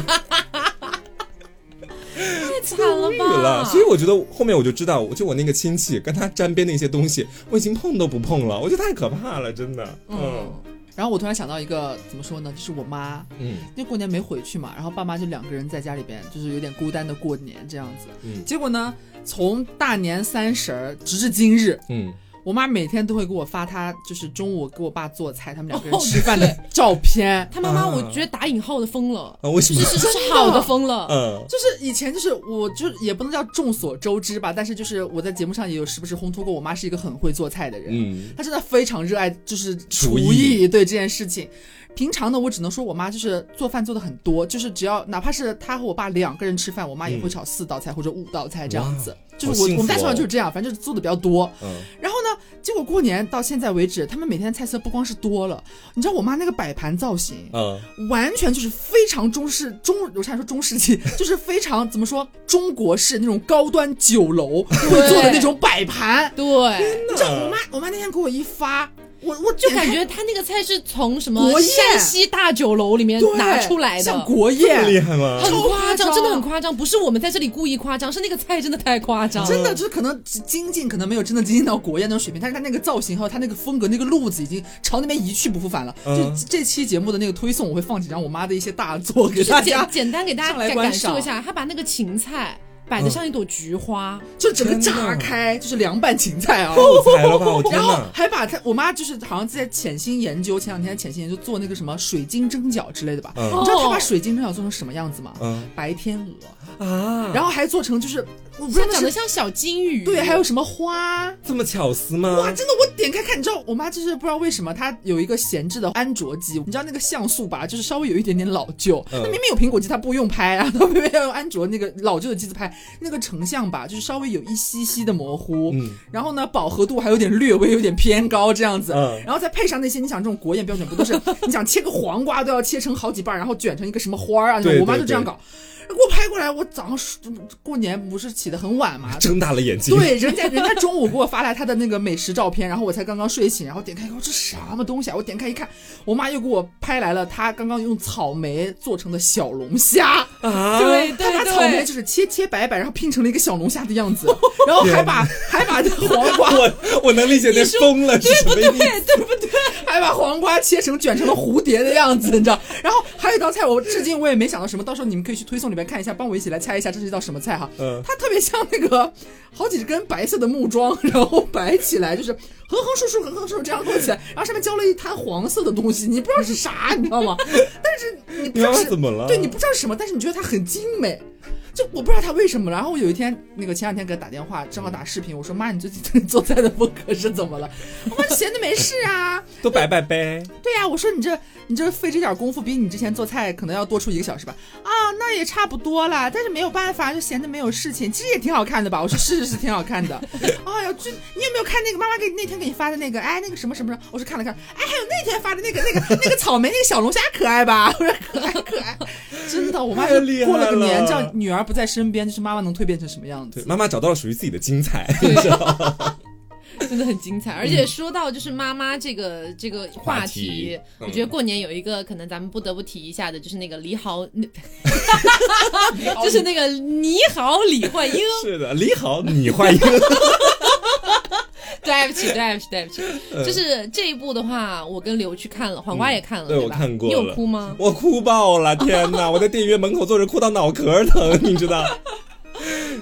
S1: 惨了
S2: 无语
S1: 吧？
S2: 了。所以我觉得后面我就知道，我就我那个亲戚跟他沾边的一些东西，我已经碰都不碰了，我觉得太可怕了，真的。嗯
S3: 然后我突然想到一个，怎么说呢？就是我妈，
S2: 嗯
S3: 因为过年没回去嘛，然后爸妈就两个人在家里边，就是有点孤单的过年这样子。
S2: 嗯
S3: 结果呢，从大年三十儿直至今日，
S2: 嗯，
S3: 我妈每天都会给我发她就是中午给我爸做菜，他们两个人吃饭的照
S1: <laughs>
S3: 片。
S1: 他妈妈，
S2: 啊
S1: 我觉得打引号的疯了，
S2: 啊，为什
S1: 就
S2: 么
S1: 是？是是好的疯了。
S2: 嗯
S3: 就是以前就是我就是也不能叫众所周知吧，但是就是我在节目上也有时不时烘托过，我妈是一个很会做菜的人。
S2: 嗯
S3: 她真的非常热爱就是
S2: 厨
S3: 厨
S2: 艺
S3: 艺对这件事情。平常呢，我只能说我妈就是做饭做的很多，就是只要哪怕是她和我爸两个人吃饭，我妈也会炒四道菜或者五道菜这样子。就是
S2: 好
S3: 我
S2: 幸
S3: 我们
S2: 福
S3: 家
S2: 哦
S3: 从小就是这样，反正就是做的比较多。
S2: 嗯
S3: 然后呢，结果过年到现在为止，他们每天的菜色不光是多了，你知道我妈那个摆盘造型，
S2: 嗯，
S3: 完全就是非常中式中，我差点说中世纪，就是非常怎么说中国式那种高端酒楼会做的那种摆盘。
S1: 对，
S3: 你知道我妈，我妈那天给我一发，我我
S1: 就
S3: 点开
S1: <laughs> 感觉他那个菜是从什么
S3: 国宴
S1: 山西大酒楼里面
S3: 对
S1: 拿出来的，
S3: 像国
S2: 这啊么厉
S3: 宴。
S2: 害吗？
S1: 很夸
S3: 夸
S1: 张，
S3: 张
S1: 真的很夸张，不是我们在这里故意夸张，是那个菜真的太夸张了。
S3: 真的就是可能精进，可能没有真的精进到国宴那种水平，但是他那个造型还有他那个风格、那个路子已经朝那边一去不复返了。
S2: 嗯
S3: 就这期节目的那个推送，我会放几张我妈的一些大作给大
S1: 就
S3: 家
S1: 简，简单给大家
S3: 上来
S1: 感
S3: 观
S1: 感受
S3: 赏嗯
S1: 一下，他把那个芹菜摆的像一朵菊花，
S3: 就整个
S2: 天哪
S3: 炸开，就是凉拌芹菜啊。
S2: 够才了吧！我天
S3: 然后
S2: 哪，
S3: 还把他，我妈就是好像在潜心研究，前两天潜心研究做那个什么水晶蒸饺之类的吧。
S2: 嗯
S3: 你知道她
S1: 哦
S3: 把水晶蒸饺做成什么样子吗？
S2: 嗯
S3: 白天鹅，
S2: 啊，
S3: 然后还做成就是我不知道
S1: 像
S3: 那
S1: 长得
S3: 是
S1: 像小金鱼。
S3: 对，还有什么花。
S2: 这么巧思吗？
S3: 哇，真的！我点开看，你知道，我妈就是不知道为什么她有一个闲置的安卓机，你知道那个像素吧，就是稍微有一点点老旧。
S2: 嗯
S3: 那、明明有苹果机，她不用拍啊，她偏偏要用安卓那个老旧的机子拍，那个成像吧，就是稍微有一些些的模糊。
S2: 嗯
S3: 然后呢，饱和度还有点略微有点偏高这样子，
S2: 嗯
S3: 然后再配上那些，你想这种国宴标准不都是 <laughs> 你想切个黄瓜都要切成好几瓣儿，然后卷成一个什么花儿啊？那种
S2: 对
S3: 我妈
S2: 对
S3: 就这样
S2: 对，
S3: 搞，给我拍过来，我早上睡过年不是起得很晚嘛
S2: 睁大了眼睛，
S3: 对，人家人家中午给我发来他的那个美食照片，然后我才刚刚睡醒，然后点开以后这什么东西啊？我点开一看，我妈又给我拍来了她刚刚用草莓做成的小龙虾。
S2: 啊，
S1: 对
S3: 她
S1: 对
S3: 把草莓
S1: 对，
S3: 就是切切摆摆，然后拼成了一个小龙虾的
S1: <laughs>
S3: 样子，然后还把还把黄瓜
S2: 我我能理解那疯了是什么意思？
S1: 对不对？
S3: 还把黄瓜切成卷成了蝴蝶的样子，你知道？然后还有一道菜，我至今我也没想到什么，到时候你们可以去推送里面看一下，帮我一起来猜一下这是一道什么菜哈。
S2: 嗯
S3: 它特别像那个好几根白色的木桩， <laughs> 然后摆起来就是横横竖竖、横横竖竖这样弄起来，然后上面浇了一滩黄色的东西，你不知道是啥，你知道吗？但是你不
S2: 你妈
S3: 知道
S2: 妈
S3: 是
S2: 怎么了？
S3: 对你不知道是什么，但是你觉得它很精美。就我不知道它为什么了。然后我有一天，那个前两天给他打电话，正好打视频，我说妈，你最近 <laughs> 做菜的风格是怎么了？我妈闲的没事啊。
S2: 都摆摆呗，
S3: 对呀、我说你这你这费这点功夫，比你之前做菜可能要多出一个小时吧？啊，那也差不多啦。但是没有办法，就闲着没有事情，其实也挺好看的吧？我说是是是，挺好看的。 <laughs> 哎呀，就你有没有看那个妈妈给那天给你发的那个？哎，那个什么什么什么？我说看了看，哎，还有那天发的那个那个那个草莓那个小龙虾可爱吧？ <laughs> 我说可爱可爱，真的，我妈
S2: 太厉害
S3: 过了个年，
S2: 了
S3: 这样女儿不在身边，就是妈妈能蜕变成什么样
S2: 对，
S3: 子？
S2: 妈妈找到了属于自己的精彩，
S1: <laughs> 真的很精彩。而且说到就是妈妈这个这个嗯话
S2: 话题嗯
S1: 我觉得过年有一个可能咱们不得不提一下的，就是那个李 <laughs> 好，就是那个你好李焕英。
S2: 是的，你好，你欢迎，
S1: <laughs>
S2: <laughs>
S1: 对不起，对不起，对不起。就是这一部的话，我跟刘去看了，黄瓜也看了，
S2: 嗯对我
S1: 吧？嗯
S2: 看过
S1: 你
S2: 了，
S1: 有哭吗？
S2: 我哭爆了，天哪！我在电影院门口坐着哭到脑壳疼，你知道？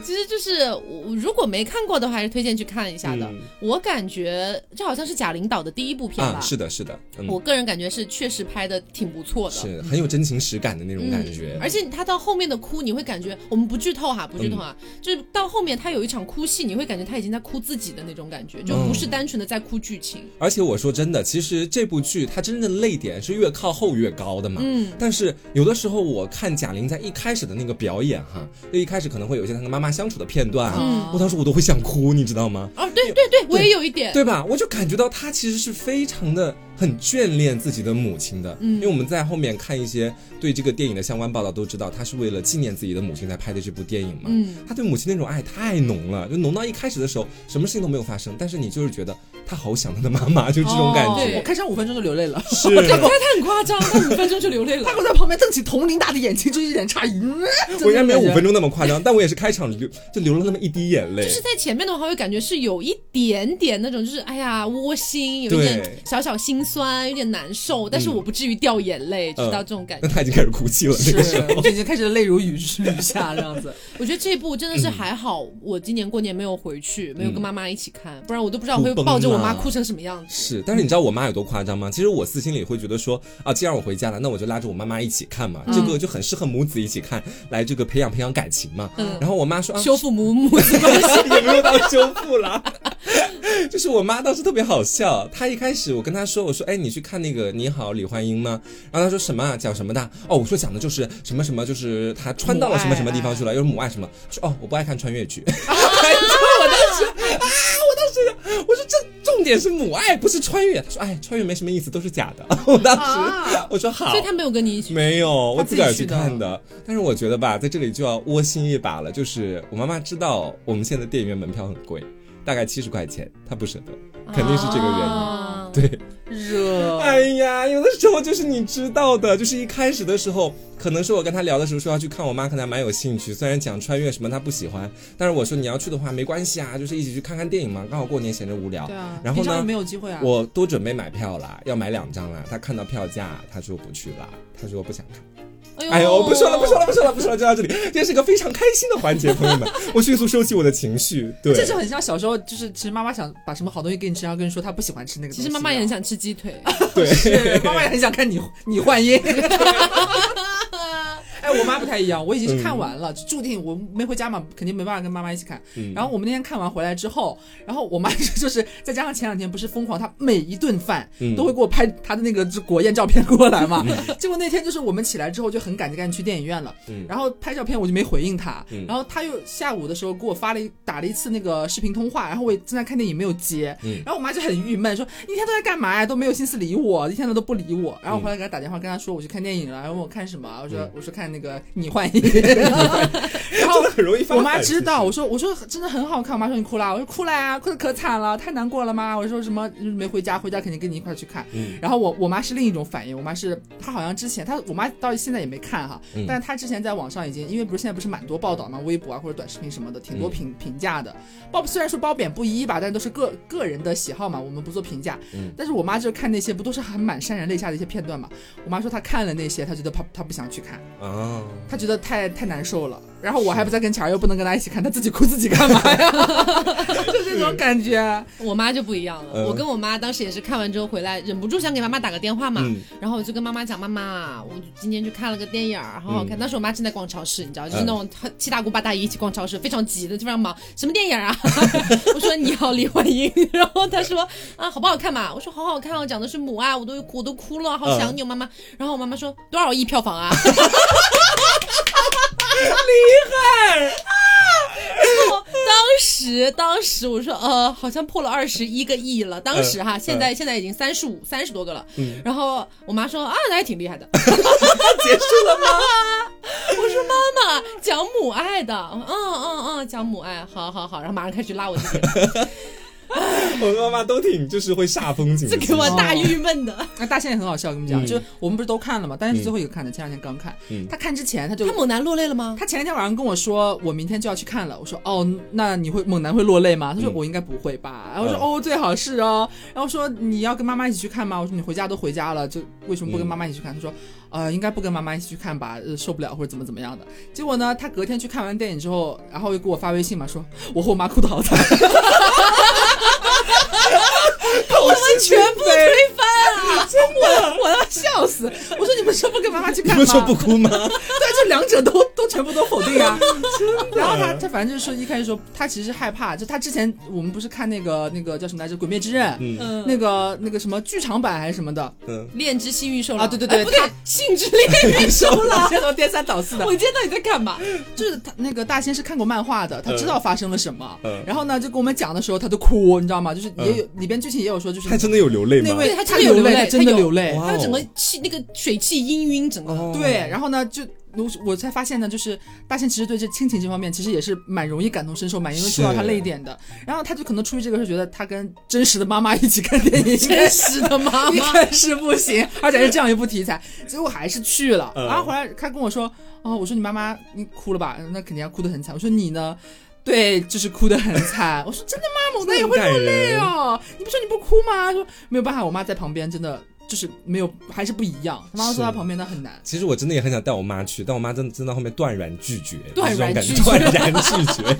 S1: 其实就是我如果没看过的话，还是推荐去看一下的。
S2: 嗯
S1: 我感觉这好像是贾玲导的第一部片
S2: <laughs>
S1: 吧？
S2: <laughs> 啊，是的，是的，嗯
S1: 我，个人感觉是确实拍的挺不错的。
S2: 是很有真情实感的那种感觉
S1: 嗯。
S2: 嗯
S1: 而且他到后面的哭，你会感觉我们不剧透哈，不剧透哈，就是到后面他有一场哭戏，你会感觉他已经在哭自己的那种感觉，
S2: 嗯
S1: 就不是单纯的在哭剧情。
S2: 而且我说真的，其实这部剧它真正的泪点是越靠后越高的嘛。
S1: 嗯
S2: 但是有的时候我看贾玲在一开始的那个表演哈，就一开始可能会有一些她跟妈妈相处的片
S3: 啊
S2: 段，啊
S1: 嗯
S2: 我当时我都会想哭，你知道吗？
S1: 哦，对对对，我也有一点。
S2: <laughs> 对吧？我就感觉到她其实是非常的很眷恋自己的母亲的，
S1: 嗯
S2: 因为我们在后面看一些对这个电影的相关报道都知道，她是为了纪念自己的母亲才拍的这部电影嘛。
S1: 嗯
S2: 她对母亲那种爱太浓了，就浓到一开始的时候什么事情都没有发生，但是你就是觉得她好想她的妈妈，就这种感
S1: 哦
S2: 觉。
S1: 对
S3: 我开场五分钟就流泪了， <laughs>
S2: 是，
S1: 对，哦他他很夸张，他五
S2: <laughs>
S1: 分钟就流泪了
S3: 她。给我在旁边瞪起铜铃大的眼睛，就一脸诧异。嗯
S2: <laughs> 我应该没有五分钟那么夸张，但我也是开场流就流了那么一滴眼泪
S1: 就。是在前面的话，会感觉是有一点点那种，就是哎呀窝心，有一
S2: 对
S1: 点小小心酸，有点难受，但是我不至于掉眼泪，
S2: 嗯
S1: 知道这种感
S2: 那
S1: 觉。
S2: 他已经开始哭 <laughs> 泣了，那个时
S3: 是
S2: 候，
S3: 就已经开始泪如雨雨下这样子。
S1: 我觉得这部真的是还好，我今年过年没有回去，没有跟妈妈一起看，不然我都不知道我会
S2: 嗯哭崩
S1: 抱着我妈
S2: 了
S1: 哭成什么样子。
S2: 是，但是你知道我妈有多夸张吗？其实我私心里会觉得说啊，既然我回家了，那我就拉着我妈妈一起看嘛，这个就很适合母子一起看，来这个培养培养感情嘛。
S1: 嗯
S2: 然后我妈说啊，
S1: 修复母母子关系。
S2: 也没有到修复啦。 <laughs> 就是我妈当时特别好笑，她一开始我跟她说，我说哎，你去看那个《你好，李焕英》吗？然后她说什么啊，讲什么的？哦，我说讲的就是什么什么，就是她穿到了什么什么地哎方去了，又是母爱什么。说哦，我不爱看穿越剧。我当时啊，我当时我说这重点是母爱，不是穿越。他说哎，穿越没什么意思，都是假的。我当时、
S3: 啊
S2: 我说好
S1: <laughs> 所以，他没有跟你一起。
S2: 没有，我
S3: 他
S2: 自
S3: 自
S2: 个
S3: 己
S2: 儿
S3: 去
S2: 去
S3: 的
S2: 看的。但是我觉得吧，在这里就要窝心一把了，就是我妈妈知道我们现在电影院门票很贵，大概七十块钱，她不舍得，肯定是这个原因。
S1: 啊
S2: 对，
S3: 热，
S2: 哎呀，有的时候就是你知道的，就是一开始的时候，可能是我跟她聊的时候说要去看，我妈可能还蛮有兴趣。虽然讲穿越什么她不喜欢，但是我说你要去的话没关系啊，就是一起去看看电影嘛，刚好过年闲着无聊
S3: 对。啊，
S2: 哎然后呢
S3: 平常也没有机会啊。
S2: 我都准备买票啦，要买两张啦。她看到票价，她说不去啦，她说不想看。哎呦，不说了，不说了，不说了，不说了，就到这里。今天是个非常开心的环节，朋友
S3: <laughs>
S2: 们，我迅速收起我的情绪。对，
S3: 这就很像小时候，就是其实妈妈想把什么好东西给你吃，然后跟你说她不喜欢吃那个东
S1: 其
S3: 西啊。
S1: 实妈
S3: <laughs>
S1: 妈也很想吃鸡
S2: <laughs>
S1: 腿，
S3: 是，妈妈也很想看你你换音。 <laughs> 哎，我妈不太一样，我已经是看完了，就注定我没回家嘛，肯定没办法跟妈妈一起看。
S2: 嗯
S3: 然后我们那天看完回来之后，然后我妈 <laughs> 就是再加上前两天不是疯狂，她每一顿饭
S2: 嗯
S3: 都会给我拍她的那个就国宴照片过来嘛。结果那天就是我们起来之后就很赶着赶紧去电影院了，
S2: 嗯
S3: 然后拍照片我就没回应她，
S2: 嗯
S3: 然后她又下午的时候给我发了一打了一次那个视频通话，然后我也正在看电影没有接，
S2: 嗯
S3: 然后我妈就很郁闷，说你一天都在干嘛呀？都没有心思理我，一天都都不理我。然后我后来给她打电话，跟她说我去看电影了，然后问我看什么，我说、
S2: 嗯
S3: 我说看那个你换
S2: <laughs>
S3: 衣。然后
S2: 真的很容易发
S3: 我妈
S2: 展
S3: 知道，我说我说真的很好看，我妈说你哭啦，我说哭啦呀，哭的可惨了，太难过了妈。我说什么没回家，回家肯定跟你一块儿去看。
S2: 嗯
S3: 然后我我妈是另一种反应，我妈是她好像之前她我妈到现在也没看哈，
S2: 嗯
S3: 但是她之前在网上已经因为不是现在不是蛮多报道嘛，微博啊或者短视频什么的，
S2: 嗯
S3: 挺多评、评价的，褒虽然说褒贬不一吧，但都是个个人的喜好嘛，我们不做评价。
S2: 嗯
S3: 但是我妈就看那些不都是还蛮潸然泪下的一些片段嘛，我妈说她看了那些，她觉得她她不想去看，
S2: 啊，
S3: 她觉得太太难受了。然后我还不在跟前儿，又不能跟她一起看，她自己哭自己干嘛
S2: <laughs>
S3: 呀？ <laughs> 就这种感觉。
S1: 我妈就不一样了。
S2: 嗯
S1: 我跟我妈当时也是看完之后回来，忍不住想给妈妈打个电话嘛，
S2: 嗯
S1: 然后我就跟妈妈讲，妈妈，我今天去看了个电影儿，很好
S2: 嗯
S1: 看。当时我妈正在逛超市，你知道，就是那种七大姑八大姨一起逛超市，非常急的，非常忙。什么电影啊？ <laughs> 我说你好，李焕英。然后她说啊，好不好看嘛？我说好好看哦，讲的是母爱，我都我都哭了，好
S2: 嗯
S1: 想你哦，妈妈。然后我妈妈说多少亿票房啊？厉害！然后当时，当时我说，呃，好像破了二十一个亿了。当时哈，
S2: 嗯
S1: 现在现在已经三十五、三十多个了。
S2: 嗯，
S1: 然后我妈说啊，那还挺厉害
S3: <laughs>
S1: 的。
S2: 结束了吗？
S1: <laughs> 我说妈妈讲母爱的，嗯嗯嗯，讲母爱，好好好，然后马上开始拉我自己，
S3: <laughs>
S2: 我跟妈妈都挺就是会煞风景的，
S1: 这给我大郁闷的。
S3: 那大仙也很好笑，我跟你讲，
S2: 嗯
S3: 就是我们不是都看了嘛，但是最后一个看的，前两天刚看。
S2: 嗯
S3: 她看之前她就
S1: 他猛男落泪了吗？
S3: 他前一天晚上跟我说，我明天就要去看了。我说哦，那你会猛男会落泪吗？他说
S2: 嗯
S3: 我应该不会吧。然后我说、
S2: 嗯
S3: 哦，最好是哦。然后说你要跟妈妈一起去看吗？我说你回家都回家了，就为什么不跟
S2: 嗯
S3: 妈妈一起去看？他说呃，应该不跟妈妈一起去看吧，呃受不了或者怎么怎么样的。结果呢，他隔天去看完电影之后，然后又给我发微信嘛，说我和我妈哭的好惨。我们全部推翻啊！真的， <laughs> 我要笑死！我 <laughs> 说你们说不跟妈妈去
S2: 你
S3: 看吗？
S2: 们说不哭吗？
S3: <laughs> 对，就两者都都全部都否
S1: <laughs>
S3: 定啊。 <laughs> 然后他他反正就是说一开始说他其实是害怕，就他之前我们不是看那个那个叫什么来着《鬼灭之刃》
S2: 嗯
S1: 嗯，
S3: 那个那个什么剧场版还是什么的，
S2: 嗯，
S1: 恋之幸运兽
S3: 啊对对对
S1: 哎不对，性之恋运兽
S3: 我
S1: 了。
S3: <laughs> 现在都颠三倒四的
S1: 我。今天到底在干嘛？
S3: 就是他那个大仙是看过漫画的，他知道发生了什么，
S2: 嗯
S3: 然后呢就跟我们讲的时候他就哭，你知道吗？就是也有、里边剧情也有说就是
S2: 她真的有流泪
S3: 那
S2: 吗？
S3: 位
S1: 对他
S3: 他
S1: 真的有流
S3: 泪，
S1: 泪
S3: 他真
S1: 他
S3: 的
S1: 有
S3: 流泪，
S2: 哇
S1: 他整个
S2: 哦
S1: 气那个水汽氤氲，整个
S2: 哦
S3: 对，然后呢，就我我才发现呢，就是大仙其实对这亲情这方面，其实也是蛮容易感同身受，蛮容易触到他
S2: 是
S3: 泪点的。然后他就可能出于这个事，觉得他跟真实的妈妈一起看电影，
S1: 真实的妈
S3: 应
S1: 妈。
S3: 该是不行，而且是这样一部题材，结果还是去了。
S2: 嗯
S3: 然后回来他跟我说，哦，我说你妈妈你哭了吧？那肯定要哭得很惨。我说你呢？对，就是哭得很惨。我说真的
S1: <laughs>
S3: 吗？我那也会
S2: 落
S3: 对
S2: 泪。
S3: 哦，你不说你不哭吗？他说没有办法，我妈在旁边，真的就是没有，还是不一样。他妈妈坐在
S2: 是
S3: 旁边，她很难。
S2: 其实我真的也很想带我妈去，但我妈真的真的后面断然拒绝，
S3: 断然
S2: 就是这
S3: 拒绝
S2: 种感觉， <laughs> 断然拒绝。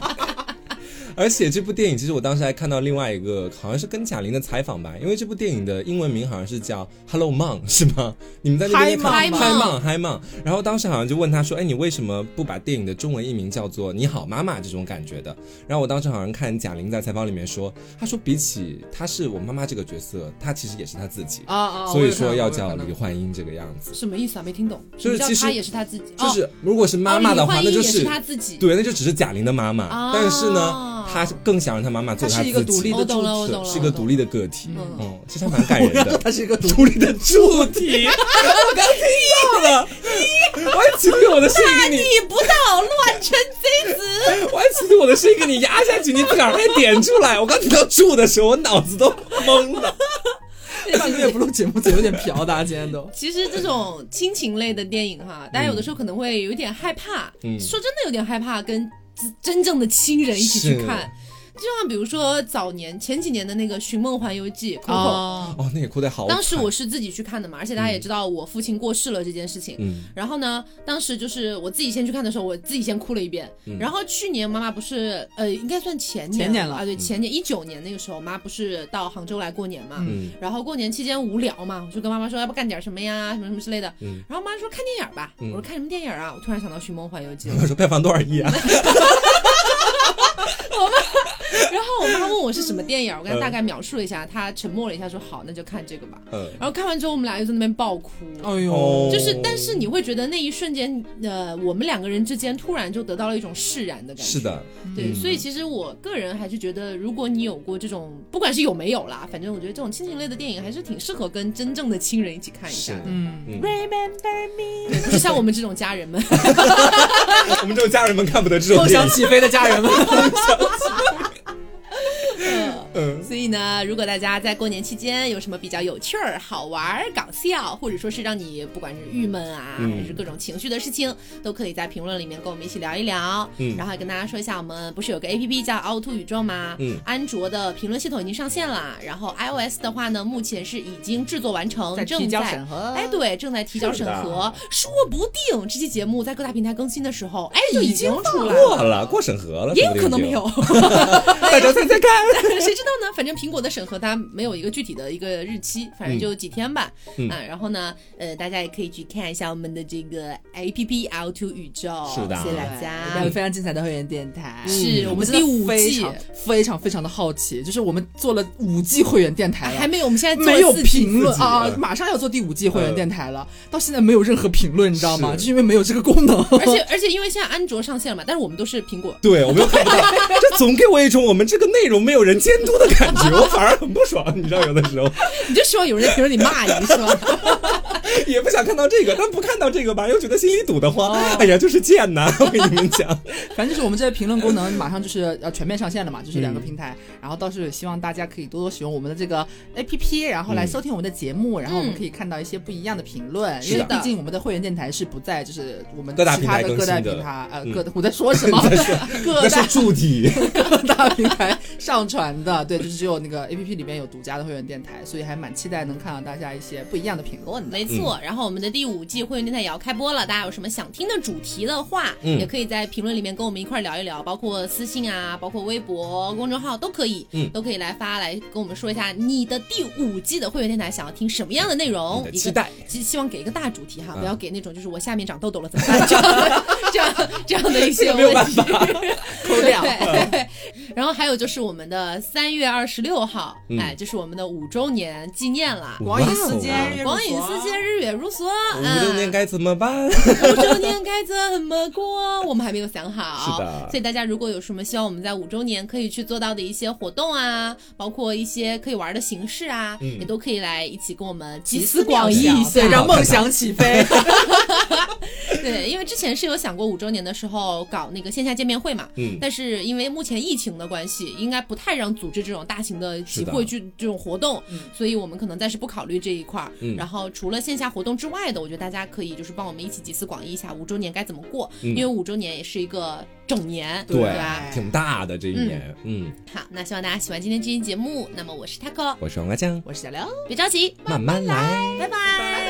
S2: 而且这部电影，其实我当时还看到另外一个，好像是跟贾玲的采访吧，因为这部电影的英文名好像是叫《Hello Mom》，是 <laughs> 吗？你们在那边
S3: Hi Mom
S2: 看
S1: 吗
S2: 嗨 mom 嗨 mom，然后当时好像就问她说，哎，你为什么不把电影的中文译名叫做《你好妈妈》这种感觉的？然后我当时好像看贾玲在采访里面说，她说比起她是我妈妈这个角色，她其实也是她自己，
S3: 啊啊！
S2: 所
S3: 我
S2: 以
S3: 有看
S2: 说
S3: 到
S2: 要
S3: 我有
S2: 叫
S3: 看到
S2: 李焕英这个样子。
S1: 什么意思啊？没听懂。
S2: 就是
S1: 叫
S2: 其实
S1: 他也是他自己，
S2: 就是如果是妈
S1: 哦
S2: 妈的话，
S1: 哦李焕
S2: 那
S1: 英
S2: 就
S1: 也
S2: 是
S1: 他自己。
S2: 对，那就只是贾玲的妈妈。但是呢，他更想让他妈妈做
S3: 他
S2: 他
S3: 是
S2: 自己，
S3: 一个独立的
S1: 我哦懂
S3: 柱
S1: 了我
S3: 子
S1: 懂，了
S2: 是一个独立的个体。
S1: 嗯
S2: 嗯，其实还蛮感人
S3: 我要说
S2: 的。
S3: <laughs> 他是一
S1: <laughs>
S3: 个独
S2: 独立的柱体， <laughs> 我刚听到了，我还骑腿我的声音给你，
S1: 你不到乱臣贼子，
S2: 我还骑腿我的声音给你压下去，你自个儿还点出来。我刚听到柱的时候，我脑子都懵了。
S3: 半个月不录节目，嘴有点瓢，大家今天都。
S1: 其实这种亲情类的电影哈，大家有的时候可能会有点害怕，
S2: 嗯
S1: 说真的有点害怕跟自真正的亲人一起去
S2: 是
S1: 看。就像比如说早年前几年的那个《寻梦环游记》，Coco，、
S3: 哦，
S2: 哦，那也哭得好惨。
S1: 当时我是自己去看的嘛，而且大家也知道我父亲过世了这件事情。
S2: 嗯
S1: 然后呢，当时就是我自己先去看的时候，我自己先哭了一遍。
S2: 嗯
S1: 然后去年妈妈不是呃，应该算前年
S3: 前年了
S1: 啊，
S2: 嗯
S1: 对，前年一九年那个时候，妈不是到杭州来过年嘛。
S2: 嗯
S1: 然后过年期间无聊嘛，我就跟妈妈说，要不干点什么呀，什么什么之类的。
S2: 嗯，
S1: 然后妈说看电影吧，
S2: 嗯
S1: 我说看什么电影啊？我突然想到《寻梦环游记》
S2: 我妈说票房多少亿啊？
S1: 然后我妈问我是什么电影，我跟她
S2: 嗯
S1: 大概描述了一下，她沉默了一下说好，那就看这个吧。
S2: 嗯，
S1: 然后看完之后，我们俩又在那边爆哭。
S3: 哎呦
S2: 哦，
S1: 就是，但是你会觉得那一瞬间，呃，我们两个人之间突然就得到了一种释然的感觉。
S2: 是，的，
S1: 对，
S2: 嗯
S1: 所以其实我个人还是觉得，如果你有过这种，不管是有没有啦，反正我觉得这种亲情类的电影还是挺适合跟真正的亲人一起看一下
S2: 是
S1: 的。
S3: 嗯，
S2: 嗯，
S1: 对，不是像我们这种家人
S2: <laughs>
S1: 们， <laughs>
S2: 我们这种家人们看不得这种
S3: 梦
S2: 电
S3: 想
S2: 影。
S3: 起飞的家人们，
S2: 嗯，
S1: 所以呢，如果大家在过年期间有什么比较有趣儿、好玩儿、搞笑，或者说是让你不管是郁闷啊，
S2: 嗯
S1: 还是各种情绪的事情，都可以在评论里面跟我们一起聊一聊。
S2: 嗯
S1: 然后也跟大家说一下，我们不是有个 A P P 叫凹凸宇宙吗？
S2: 嗯
S1: 安卓的评论系统已经上线了，然后 I O S 的话呢，目前是已经制作完成， <laughs> 正
S3: 提交
S1: 在
S3: 审。核，
S1: 哎，对，正在提交审核，说不定这期节目在各大平台更新的时候，哎，就
S3: 已
S1: 已
S3: 经
S1: 经
S3: 出来
S2: 过了，过审核了，
S1: 也有
S2: 说不定
S1: 可能
S2: 就
S1: 没有，
S3: 哎
S2: 大家猜猜看。
S1: <laughs> 谁知道呢？反正苹果的审核它没有一个具体的一个日期，反正就几天吧。
S2: 嗯
S1: 啊，然后呢，呃，大家也可以去看一下我们的这个 A P P L Two 宇宙，
S2: 是的
S1: 谢谢大
S3: 有
S1: 家。
S3: 非常精彩的会员电台，嗯
S1: 是我们
S3: 真的
S1: 第五
S3: 非
S1: 季
S3: 常非常非常的好奇，就是我们做了五季会员电台了，
S1: 啊还没有，我们现在做了
S3: 没有
S1: 四季
S3: 评论
S2: 自己
S3: 啊
S2: 嗯，
S3: 马上要做第五季会员电台了，到现在没有任何评论，你知道吗？就是因为没有这个功能，
S1: 而且而且因为现在安卓上线了嘛，但是我们都是苹果。 <laughs>
S2: 对，我们又看不到，这总给我一种我们这个内容没有人监督的感觉，我反而很不爽，你知道，有的时候
S1: 你就希望有人在评论里骂你是吧？
S2: 也不想看到这个，但不看到这个吧，又觉得心里堵得慌，
S1: 哦
S2: 哎呀，就是贱呐！我跟你们讲，
S1: <laughs>
S3: 反正就是我们这个评论
S2: <laughs>
S3: 功能马上就是要全面上线了嘛，就是
S2: 嗯
S3: 两个平台，然后倒是希望大家可以多多使用我们的这个 APP，然
S2: 嗯
S3: 后来收听我们的节目，然后我们可以看到一些不一样的评论，
S2: 是
S3: 因为
S2: 的
S3: 毕竟我们的会员电台是不在就是我们
S2: 各大
S3: 其他
S2: 平台
S3: 的
S2: 更
S3: 各大
S2: 新的
S3: 平台呃
S2: 嗯
S3: 各 <laughs> 我在说什么
S2: <laughs>
S3: <laughs> 各
S2: 那
S3: 大
S2: 是柱体，
S3: 各大平台上传的，对，就是只有那个 A P P 里面有独家的会员电台，所以还蛮期待能看到大家一些不一样的评论的。
S1: 没
S2: 嗯
S1: 错。然后我们的第五季会员电台也要开播了，大家有什么想听的主题的话，
S2: 嗯
S1: 也可以在评论里面跟我们一块儿聊一聊，包括私信啊，包括微博、公众号都可以，
S2: 嗯
S1: 都可以来发来跟我们说一下你的第五季的会员电台想要听什么样的内容
S2: 你，的
S1: 一个
S2: 期待。
S1: 希希望给一个大主题哈，
S2: 嗯
S1: 不要给那种就是我下面长痘痘了怎么办这样的这样这样的一些
S2: 这个 <laughs> 没有
S1: 问题 <laughs>
S2: 办法嗯
S3: 扣料
S1: 对对，然后还有就是我们的三月二十六号，
S2: 嗯
S1: 哎，就是我们的五周年纪念了。
S3: 光影四
S2: 哇
S3: 间，
S1: 光影四溅，日月如梭。
S2: 五六年
S1: 嗯
S2: <laughs> 该怎么办？
S1: 五周年该怎么过？我们还没有想好。
S2: <laughs> 是的
S1: 所以大家如果有什么希望我们在五周年可以去做到的一些活动啊，包括一些可以玩的形式啊，
S2: 嗯
S1: 也都可以来一起跟我们集
S3: 集
S1: 思
S3: 思
S1: 广
S3: 广
S1: 益
S3: 益
S1: 一
S3: 一
S1: 下 <laughs>
S3: 下，。让梦想起飞。
S1: 对，因为之前是有想过五周年的时候搞那个线下见面会嘛，
S2: 嗯
S1: 但是因为目前疫情的关系，应该不太让组织这种大型的集
S2: 是的
S1: 会聚这种活动，所以我们可能暂时不考虑这一块儿。
S2: 嗯
S1: 然后除了线下活动之外的，我觉得大家可以就是帮我们一起集思广益一下五周年该怎么过，
S2: 嗯
S1: 因为五周年也是一个整年，
S2: 对
S1: 吧？
S2: 挺大的这一年，嗯，
S1: 好，那希望大家喜欢今天这期节目。那么我是 Taco，
S2: 我是王阿江，
S3: 我是小刘。
S1: 别着急，
S2: 慢慢来。
S1: 拜拜